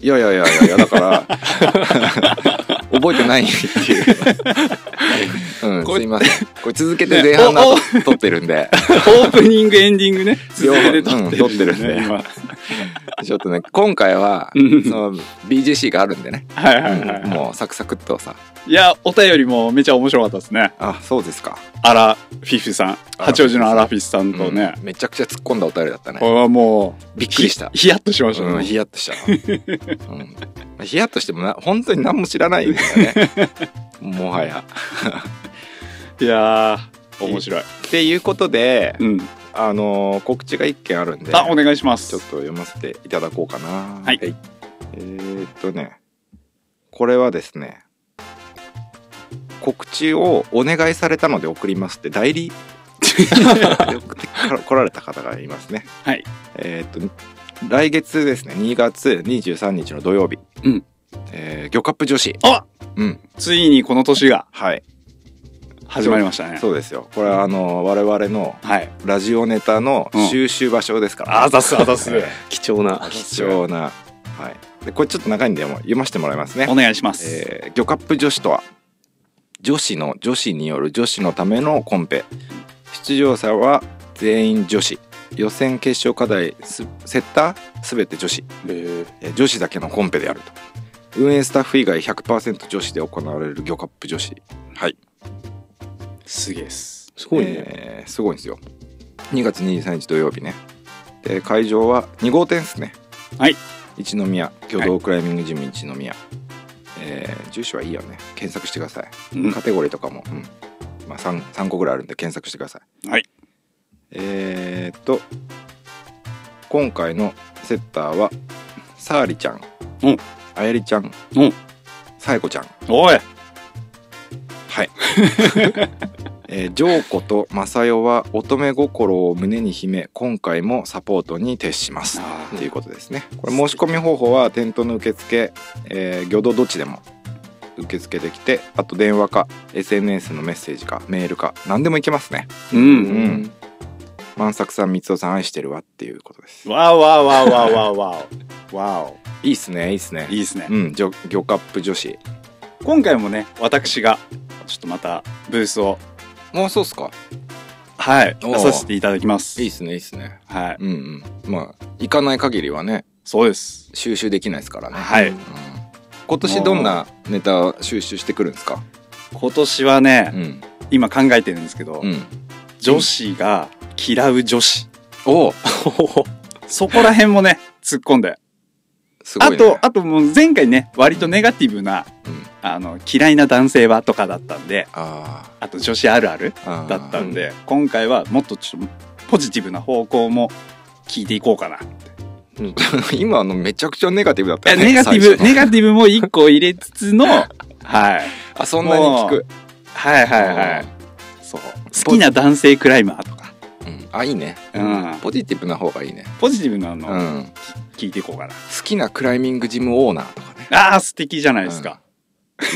Speaker 1: いやいやいやいやだから 覚えてないっていううんすいませんこれ続けて前半の後撮ってるんで
Speaker 8: オープニングエンディングね
Speaker 1: 両
Speaker 8: 続
Speaker 1: 方
Speaker 8: けて撮ってる,、
Speaker 1: うん撮ってるね
Speaker 8: 今
Speaker 1: ちょっとね今回はそ
Speaker 8: うん
Speaker 1: の BJC があるんでね、
Speaker 8: はいはいはい、はい
Speaker 1: もうサクサクっとさ
Speaker 8: いやお便りもめちゃ面白かったですね
Speaker 1: あそうですか、
Speaker 8: アラフィフさん八王子のアラフィフさんと
Speaker 1: うん
Speaker 8: ね、
Speaker 1: めちゃくちゃ突っ込んだお便りだったね
Speaker 8: これはもう
Speaker 1: びっくりした
Speaker 8: ひヒヤッとしましたね、
Speaker 1: うん、ヒヤッとしたな、うん、ヒヤッとしてもな本当に何も知らないんだよね もはや
Speaker 8: いやー面白い、
Speaker 1: っていうことで、
Speaker 8: うん、
Speaker 1: あのー告知が1件あるんで
Speaker 8: あお願いします
Speaker 1: ちょっと読ませていただこうかな
Speaker 8: はい
Speaker 1: えー、っとねこれはですね告知をお願いされたので送りますって代理 で送って来られた方がいますね
Speaker 8: はい
Speaker 1: えーっと来月ですね2月23日の土曜日、
Speaker 8: うん
Speaker 1: えー魚カップ女子
Speaker 8: あ
Speaker 1: うん
Speaker 8: ついにこの年が
Speaker 1: はい
Speaker 8: 始まりましたね
Speaker 1: そうですよこれはあの我々の
Speaker 8: はい
Speaker 1: ラジオネタの収集場所ですから、
Speaker 8: あざすあざす
Speaker 3: 貴重な
Speaker 1: 貴重な、はい、でこれちょっと長いんでもう読ませてもらいますね
Speaker 8: お願いします、
Speaker 1: えー、魚カップ女子とは女子の女子による女子のためのコンペ出場者は全員女子予選決勝課題すセッターすべて女子、えー女子だけのコンペであると運営スタッフ以外100%女子で行われる魚カップ女子はい
Speaker 8: すげえっす
Speaker 1: すごいね、えーすごいんですよ2月23日土曜日ねで会場は2号店ですね
Speaker 8: はい
Speaker 1: 一宮挙動クライミングジム一宮、えー住所はいいよね検索してください
Speaker 8: うん
Speaker 1: カテゴリーとかも、うんまあ、3, 3個ぐらいあるんで検索してください
Speaker 8: はい
Speaker 1: えーっと今回のセッターはさありちゃん
Speaker 8: うん
Speaker 1: あやりちゃん
Speaker 8: うん
Speaker 1: さえこちゃん
Speaker 8: おい
Speaker 1: はい。 えー、ジョーコとマサヨは乙女心を胸に秘め今回もサポートに徹します
Speaker 8: あー
Speaker 1: っていうことですねこれ申し込み方法は店頭の受付、えー、魚道どっちでも受け付けてきてあと電話か SNS のメッセージかメールか何でもいけますね
Speaker 8: う。
Speaker 3: うん
Speaker 1: ん万作さん三夫さん愛してるわっていうことです
Speaker 7: わあわあわあわあわあわあわお
Speaker 1: いいっすねいいっすね
Speaker 8: いいですね。
Speaker 1: うんジョ魚カップ女子
Speaker 8: 今回もね、私が、ちょっとまた、ブースを、
Speaker 1: もうそうっすか
Speaker 8: はい、
Speaker 1: おー
Speaker 8: 出させていただきます
Speaker 1: いい。っすねいいっすね
Speaker 8: はい。
Speaker 1: うんうんまあ行かない限りはね
Speaker 8: そうです。
Speaker 1: 収集できないですからね
Speaker 8: はい。
Speaker 1: 今年どんなネタ収集してくるんですか
Speaker 8: 今年はね
Speaker 1: う、ん
Speaker 8: 今考えてるんですけど
Speaker 1: う、ん
Speaker 8: 女子が嫌う女子。
Speaker 1: お お
Speaker 8: そこら辺もね、突っ込んで。
Speaker 1: すごい
Speaker 8: あ
Speaker 1: ね
Speaker 8: と、あともう前回ね、割とネガティブな、
Speaker 1: うん
Speaker 8: あの、嫌いな男性はとかだったんで、
Speaker 1: あ
Speaker 8: あと女子あるある
Speaker 1: ーあー
Speaker 8: だったんで、今回はもっとちょっとポジティブな方向も聞いていこうかな。
Speaker 1: 今のめちゃくちゃネガティブだった
Speaker 8: え
Speaker 1: よね
Speaker 8: ネガティ
Speaker 1: 最
Speaker 8: ブ、
Speaker 1: 初の
Speaker 8: ネガティブも一個入れつつ の、はい。はい
Speaker 1: あそんなに聞く
Speaker 8: はいはい。そう。好きな男性クライマーとか、
Speaker 1: うんあいいね
Speaker 8: うん
Speaker 1: ポジティブな方がいいね
Speaker 8: ポジティブな
Speaker 1: う
Speaker 8: の
Speaker 1: ん
Speaker 8: 聞いていこうかな。
Speaker 1: 好きなクライミングジムオーナーとかね
Speaker 8: ああ、素敵じゃないですか。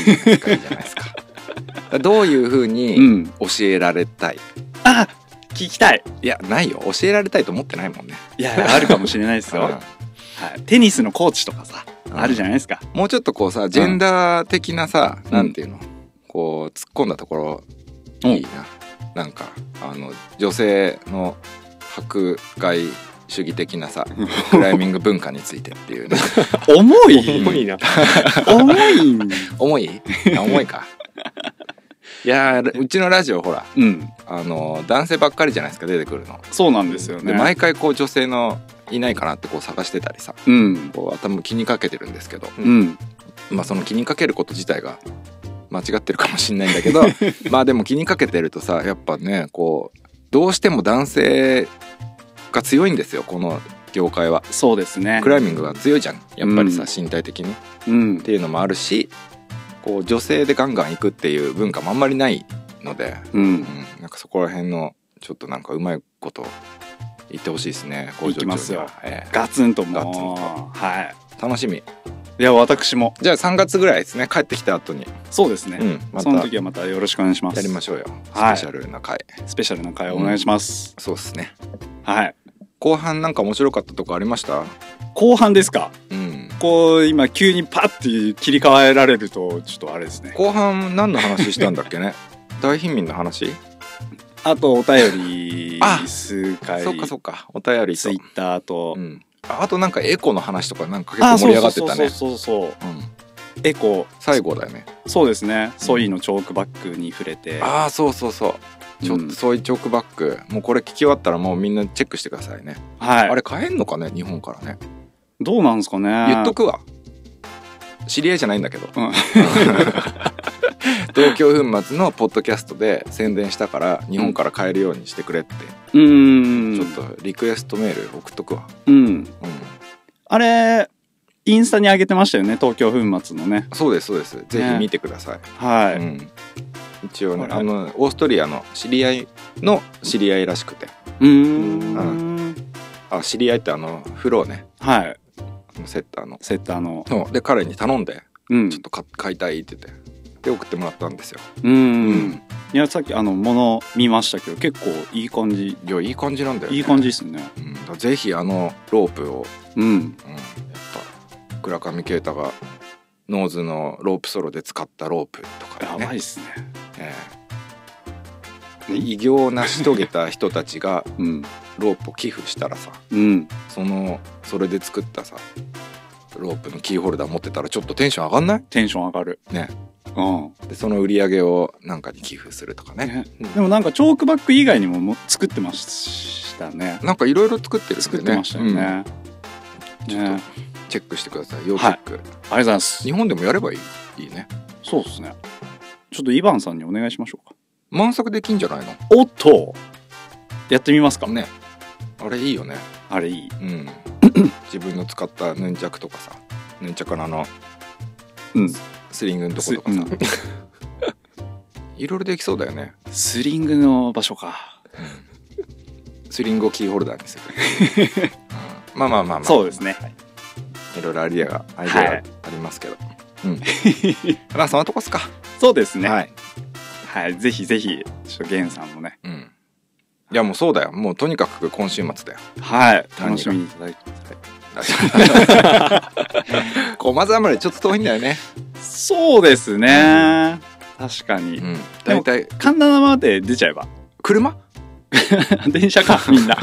Speaker 1: いいじゃないですかいいじゃないです かどういうふう
Speaker 8: うん。
Speaker 1: に教えられたい
Speaker 8: あ聞きたい。
Speaker 1: いやないよ教えられたいと思ってないもんね
Speaker 8: いやいや、あるかもしれないですよ。
Speaker 1: うん
Speaker 8: はい。テニスのコーチとかさ、あるじゃないですか。
Speaker 1: もうちょっとこうさジェンダー的なさ、なんていうのこう突っ込んだところいいな、なんかあの女性の迫害主義的なさクライミング文化についてっていうね
Speaker 8: 重い
Speaker 1: 重
Speaker 3: いな。
Speaker 8: 重いん
Speaker 1: 重いあ重いかいやーうちのラジオほら
Speaker 8: うん。
Speaker 1: あの男性ばっかりじゃないですか出てくるの、
Speaker 8: そうなんですよね。
Speaker 1: で毎回こう女性のいないかなってこう探してたりさ
Speaker 8: うん。
Speaker 1: こう頭気にかけてるんですけど、
Speaker 8: うん。
Speaker 1: まあその気にかけること自体が間違ってるかもしれないんだけ どまあでも気にかけてるとさやっぱねこうどうしても男性が強いんですよこの業界は
Speaker 8: そうですね
Speaker 1: ク。ライミングが強いじゃんやっぱりさ、
Speaker 8: うん
Speaker 1: 身体的にっ
Speaker 8: うん。
Speaker 1: ていうのもあるしこう女性でガンガン行くっていう文化もあんまりないので、
Speaker 8: う。
Speaker 1: うんん、なんかそこら辺のちょっとなんかうまいこと言ってほしいですね工
Speaker 8: 行きますよ
Speaker 1: ええ
Speaker 8: ガツンと
Speaker 1: ガツンと
Speaker 8: もう。は
Speaker 1: 楽しみ
Speaker 8: い。いや、私も。
Speaker 1: じゃあ3月ぐらいですね帰ってきた後に、
Speaker 8: そうです
Speaker 1: う
Speaker 8: ね。
Speaker 1: ん、ま
Speaker 8: そ
Speaker 1: た
Speaker 8: の時はまたよろしくお願いします。
Speaker 1: やりましょうよ
Speaker 8: はい
Speaker 1: スペシャルな回
Speaker 8: スペシャルな会をお願いします。
Speaker 1: そうっすね
Speaker 8: はい。
Speaker 1: 後半なんか面白かったとこありました
Speaker 8: 後半ですか。
Speaker 1: うん
Speaker 8: こう、今、急にパッて切り替えられると、ちょっとあれですね。
Speaker 1: 後半何の話したんだっ けね大貧民の話
Speaker 8: あと、お便り、数回、
Speaker 1: そっかそっかお便りと
Speaker 8: ツイ、ッターと
Speaker 1: う、ん、ああとなんかエコの話とかなんか結
Speaker 8: あ
Speaker 1: 構盛り上がってたね
Speaker 8: そうそうそうそうそう
Speaker 1: うん
Speaker 8: エコ
Speaker 1: 最後だよね
Speaker 8: そうですねソイのチョークバッグに触れて
Speaker 1: ああそうそうそうちょっ
Speaker 8: うん
Speaker 1: とそういうチョークバッグもうこれ聞き終わったらもうみんなチェックしてくださいね
Speaker 8: はい
Speaker 1: あれ買えんのかね日本からね
Speaker 8: どうなんですかね
Speaker 1: 言っとくわ知り合いじゃないんだけど、
Speaker 8: うん
Speaker 1: 東京粉末のポッドキャストで宣伝したから日本から買えるようにしてくれって
Speaker 8: うーん
Speaker 1: ちょっとリクエストメール送っとくわ。
Speaker 8: うん
Speaker 1: うん、
Speaker 8: あれインスタに上げてましたよね東京粉末のね
Speaker 1: そうですそうです。ぜひ見てください。
Speaker 8: はい、
Speaker 1: うん、一応ね、
Speaker 8: はいはい
Speaker 1: あのオーストリアの知り合いの知り合いらしくて、
Speaker 8: うーん、
Speaker 1: あ知り合いってあのフローね、
Speaker 8: はい
Speaker 1: あのセッターの。
Speaker 8: セッターの
Speaker 1: そうで彼に頼んで
Speaker 8: うん
Speaker 1: ちょっと買買いたいって言ってで送ってもらったんですよ。
Speaker 8: うん、
Speaker 1: うん
Speaker 8: いやさっきあのもの見ましたけど結構いい感じ
Speaker 1: いやいい感じなんだよ、ね。
Speaker 8: いい感じですね
Speaker 1: うん、だからぜひあのロープを、
Speaker 8: うん
Speaker 1: うん、やっぱ倉上啓太がノーズのロープソロで使ったロープとか
Speaker 8: や
Speaker 1: ね
Speaker 8: ばいっすね
Speaker 1: ええで偉業を成し遂げた人たちが
Speaker 8: うん
Speaker 1: ロープを寄付したらさ
Speaker 8: うん
Speaker 1: そのそれで作ったさロープのキーホルダー持ってたらちょっとテンション上がんない
Speaker 8: テンション上がる
Speaker 1: ね
Speaker 8: うん
Speaker 1: でその売り上げをなんかに寄付するとかね
Speaker 8: ねでもなんかチョークバッグ以外にもも作ってましたね。
Speaker 1: なんかいろいろ作ってるんでね
Speaker 8: 作ってましたよね。ね
Speaker 1: うんちょっとチェックしてください要チェック、
Speaker 8: ありがとうございます
Speaker 1: 日。本でもやればいいいいね
Speaker 8: そうですね。ちょっとイバンさんにお願いしましょうか。
Speaker 1: 満足できんじゃないの
Speaker 8: おっとやってみますか、
Speaker 1: ねあれいいよね
Speaker 8: あれいい。
Speaker 1: うん自分の使ったヌンチャクとかさヌンチャクのあの
Speaker 8: うん。
Speaker 1: スリングのとことかさ、いろいろできそうだよね
Speaker 8: スリングの場所か。
Speaker 1: スリングをキーホルダーにする、 うんまあまあまあまあ
Speaker 8: そうですね。
Speaker 1: いろいろアイデアがアイデアがありますけど、 うん。まあそんなとこっすか。
Speaker 8: そうですね。
Speaker 1: は
Speaker 8: はいい。ぜひぜひ、ちょっとゲンさんもね。
Speaker 1: うん。いやもうそうだよ。もうとにかく今週末だよ。
Speaker 8: はい。
Speaker 1: 何が
Speaker 8: 楽しみにい ただきたい。
Speaker 1: 駒沢までちょっと遠いんだよね。
Speaker 8: そうですね。確か
Speaker 1: う
Speaker 8: に。
Speaker 1: ん。だいたい
Speaker 8: 神田まで出ちゃえば。
Speaker 1: 車？
Speaker 8: 電車 か、みんな。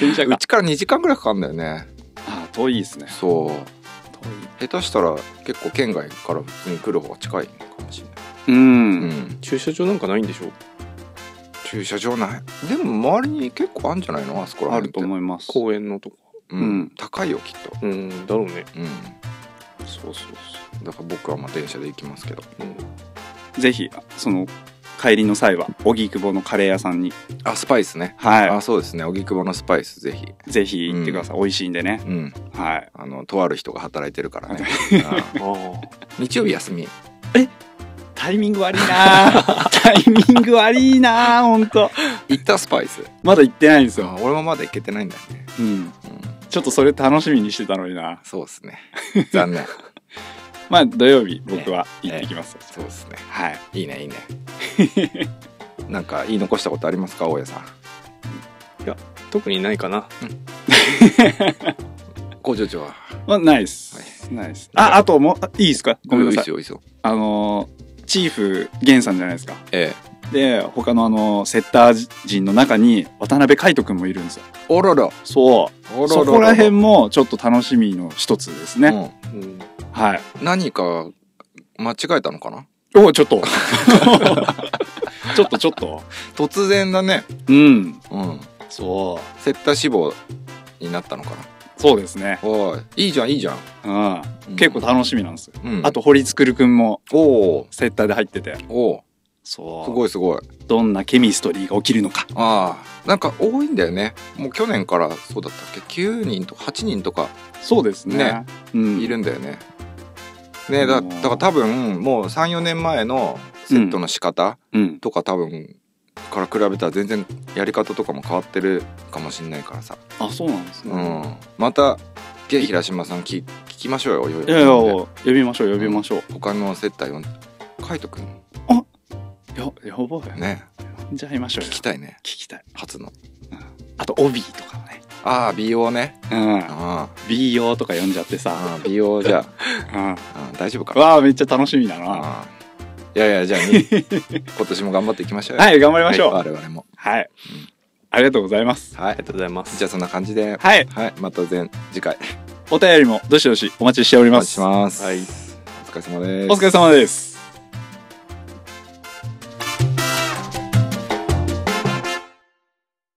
Speaker 8: 電車
Speaker 1: う
Speaker 8: か。
Speaker 1: ちから2時間ぐらいかかるんだよね。
Speaker 8: あ、遠いですね。
Speaker 1: そう。下手したら結構県外から普通に来る方が近いのかもしれない。
Speaker 8: う。
Speaker 1: うんん。
Speaker 9: 駐車場なんかないんでしょ
Speaker 1: 駐車場ない。でも周りに結構あるんじゃないのあそこら
Speaker 8: あ
Speaker 1: 辺
Speaker 8: る
Speaker 1: っ
Speaker 8: と
Speaker 1: て。
Speaker 8: 思います。
Speaker 9: 公園のとこ
Speaker 1: うん。
Speaker 8: うん
Speaker 1: 高いよきっと。
Speaker 9: うんだろうね
Speaker 1: うん。
Speaker 8: そうそうそう。
Speaker 1: だから僕はまあ電車で行きますけど。
Speaker 8: ぜひ、その、帰りの際は、荻窪のカレー屋さんに、
Speaker 1: あスパイスね。あ
Speaker 8: は
Speaker 1: そうですね。荻窪のスパイスぜひ。
Speaker 8: い。ぜひ行ってください。美味しいんでね。
Speaker 1: うん。
Speaker 8: はい。
Speaker 1: あのとある人が働いてるからね。うん
Speaker 9: ああ
Speaker 1: 日曜日休 み。
Speaker 8: タイミング悪いなぁ タイミング悪いなぁほんと。
Speaker 1: 行ったスパイス。
Speaker 8: まだ行ってないんです
Speaker 1: そう
Speaker 8: よ。
Speaker 1: 俺もまだ行けてないんだよね。
Speaker 8: うん。
Speaker 1: うん。
Speaker 8: ちょっとそれ楽しみにしてたのにな。
Speaker 1: そうです ね。残念。
Speaker 8: まあ、土曜日、僕は行ってきます。
Speaker 1: そうですね。
Speaker 8: はい。
Speaker 1: いいねいい ね。なんか言い残したことありますか大家さん。
Speaker 9: 特にないかな
Speaker 1: 工場長は。
Speaker 8: まあ、ないです。ないです。あ、あともう、あいいですかごめんなさ
Speaker 1: い
Speaker 8: い
Speaker 1: いです。よいいですよ。
Speaker 8: あのー、チーフ、ゲンさんじゃないですか。
Speaker 1: ええ。
Speaker 8: で、他のあのー、セッター陣の中に、渡辺海斗くんもいるんですよ。
Speaker 1: おろろ。
Speaker 8: そう。
Speaker 1: おろろ
Speaker 8: そこら辺も、ちょっと楽しみの一つですね。
Speaker 1: ね。
Speaker 9: うん
Speaker 8: はい。
Speaker 1: うん何か間違えたのかな。
Speaker 8: おちょっ と。ちょっと、ちょっと。
Speaker 1: 突然だね。
Speaker 8: うん。
Speaker 1: うん。
Speaker 8: そう。
Speaker 1: 接待志望になったのかな。
Speaker 8: そうですね。
Speaker 1: おいいいじゃんいいじゃん。
Speaker 8: うん。
Speaker 1: うん
Speaker 8: 結構。楽しみなんですよ。
Speaker 1: うん。
Speaker 8: あと、堀つくるくんも、
Speaker 1: おー
Speaker 8: セッターで入ってて。
Speaker 1: おー
Speaker 8: そう。
Speaker 1: すごいすごい。
Speaker 8: どんなケミストリーが起きるのか。
Speaker 1: ああなんか多いんだよね。もう去年からそうだったっけ9人とか8人とか
Speaker 8: そうですね。
Speaker 1: ね
Speaker 8: うん、
Speaker 1: いるんだよね。ねだ
Speaker 8: うん
Speaker 1: だから多分もう34年前のセットの仕方
Speaker 8: うん。
Speaker 1: とか多分から比べたら全然やり方とかも変わってるかもしんないからさ、
Speaker 8: あ、そうなんです
Speaker 1: う
Speaker 8: ね。
Speaker 1: んまたゲイ平島さん聞聞きましょうよいよ
Speaker 8: いやいや、呼びましょう、呼びましょう。
Speaker 1: 他の接待を海斗くん
Speaker 8: や、やばいよね。
Speaker 1: ね
Speaker 8: じゃあ、会いましょうよ。
Speaker 1: 聞き
Speaker 8: 聞
Speaker 1: たいね
Speaker 8: きたい。
Speaker 1: 初の
Speaker 8: あと、帯とかね。
Speaker 1: ああ美容ね
Speaker 8: うん。
Speaker 1: あ
Speaker 8: B 用とか呼んじゃって
Speaker 1: あ
Speaker 8: さ。
Speaker 1: ああ美容 じゃ
Speaker 8: うん。
Speaker 1: あああ大丈夫かな
Speaker 8: わあ、めっちゃ楽しみだな。
Speaker 1: ああいやいやじゃあ に今年も頑張っていきましょうよ
Speaker 8: はい、頑張りましょう。
Speaker 1: はい我々も
Speaker 8: はい。ありがとうございます。
Speaker 1: はい
Speaker 9: ありがとうございます
Speaker 1: じゃあそんな感じでは
Speaker 8: はい。
Speaker 1: い、また前次回
Speaker 8: お便りも、どしどしお待ちしており
Speaker 1: お
Speaker 8: ま
Speaker 1: 待ちし
Speaker 8: す。
Speaker 1: ます。
Speaker 9: はい
Speaker 1: お疲れ様です。
Speaker 8: お疲れ様です。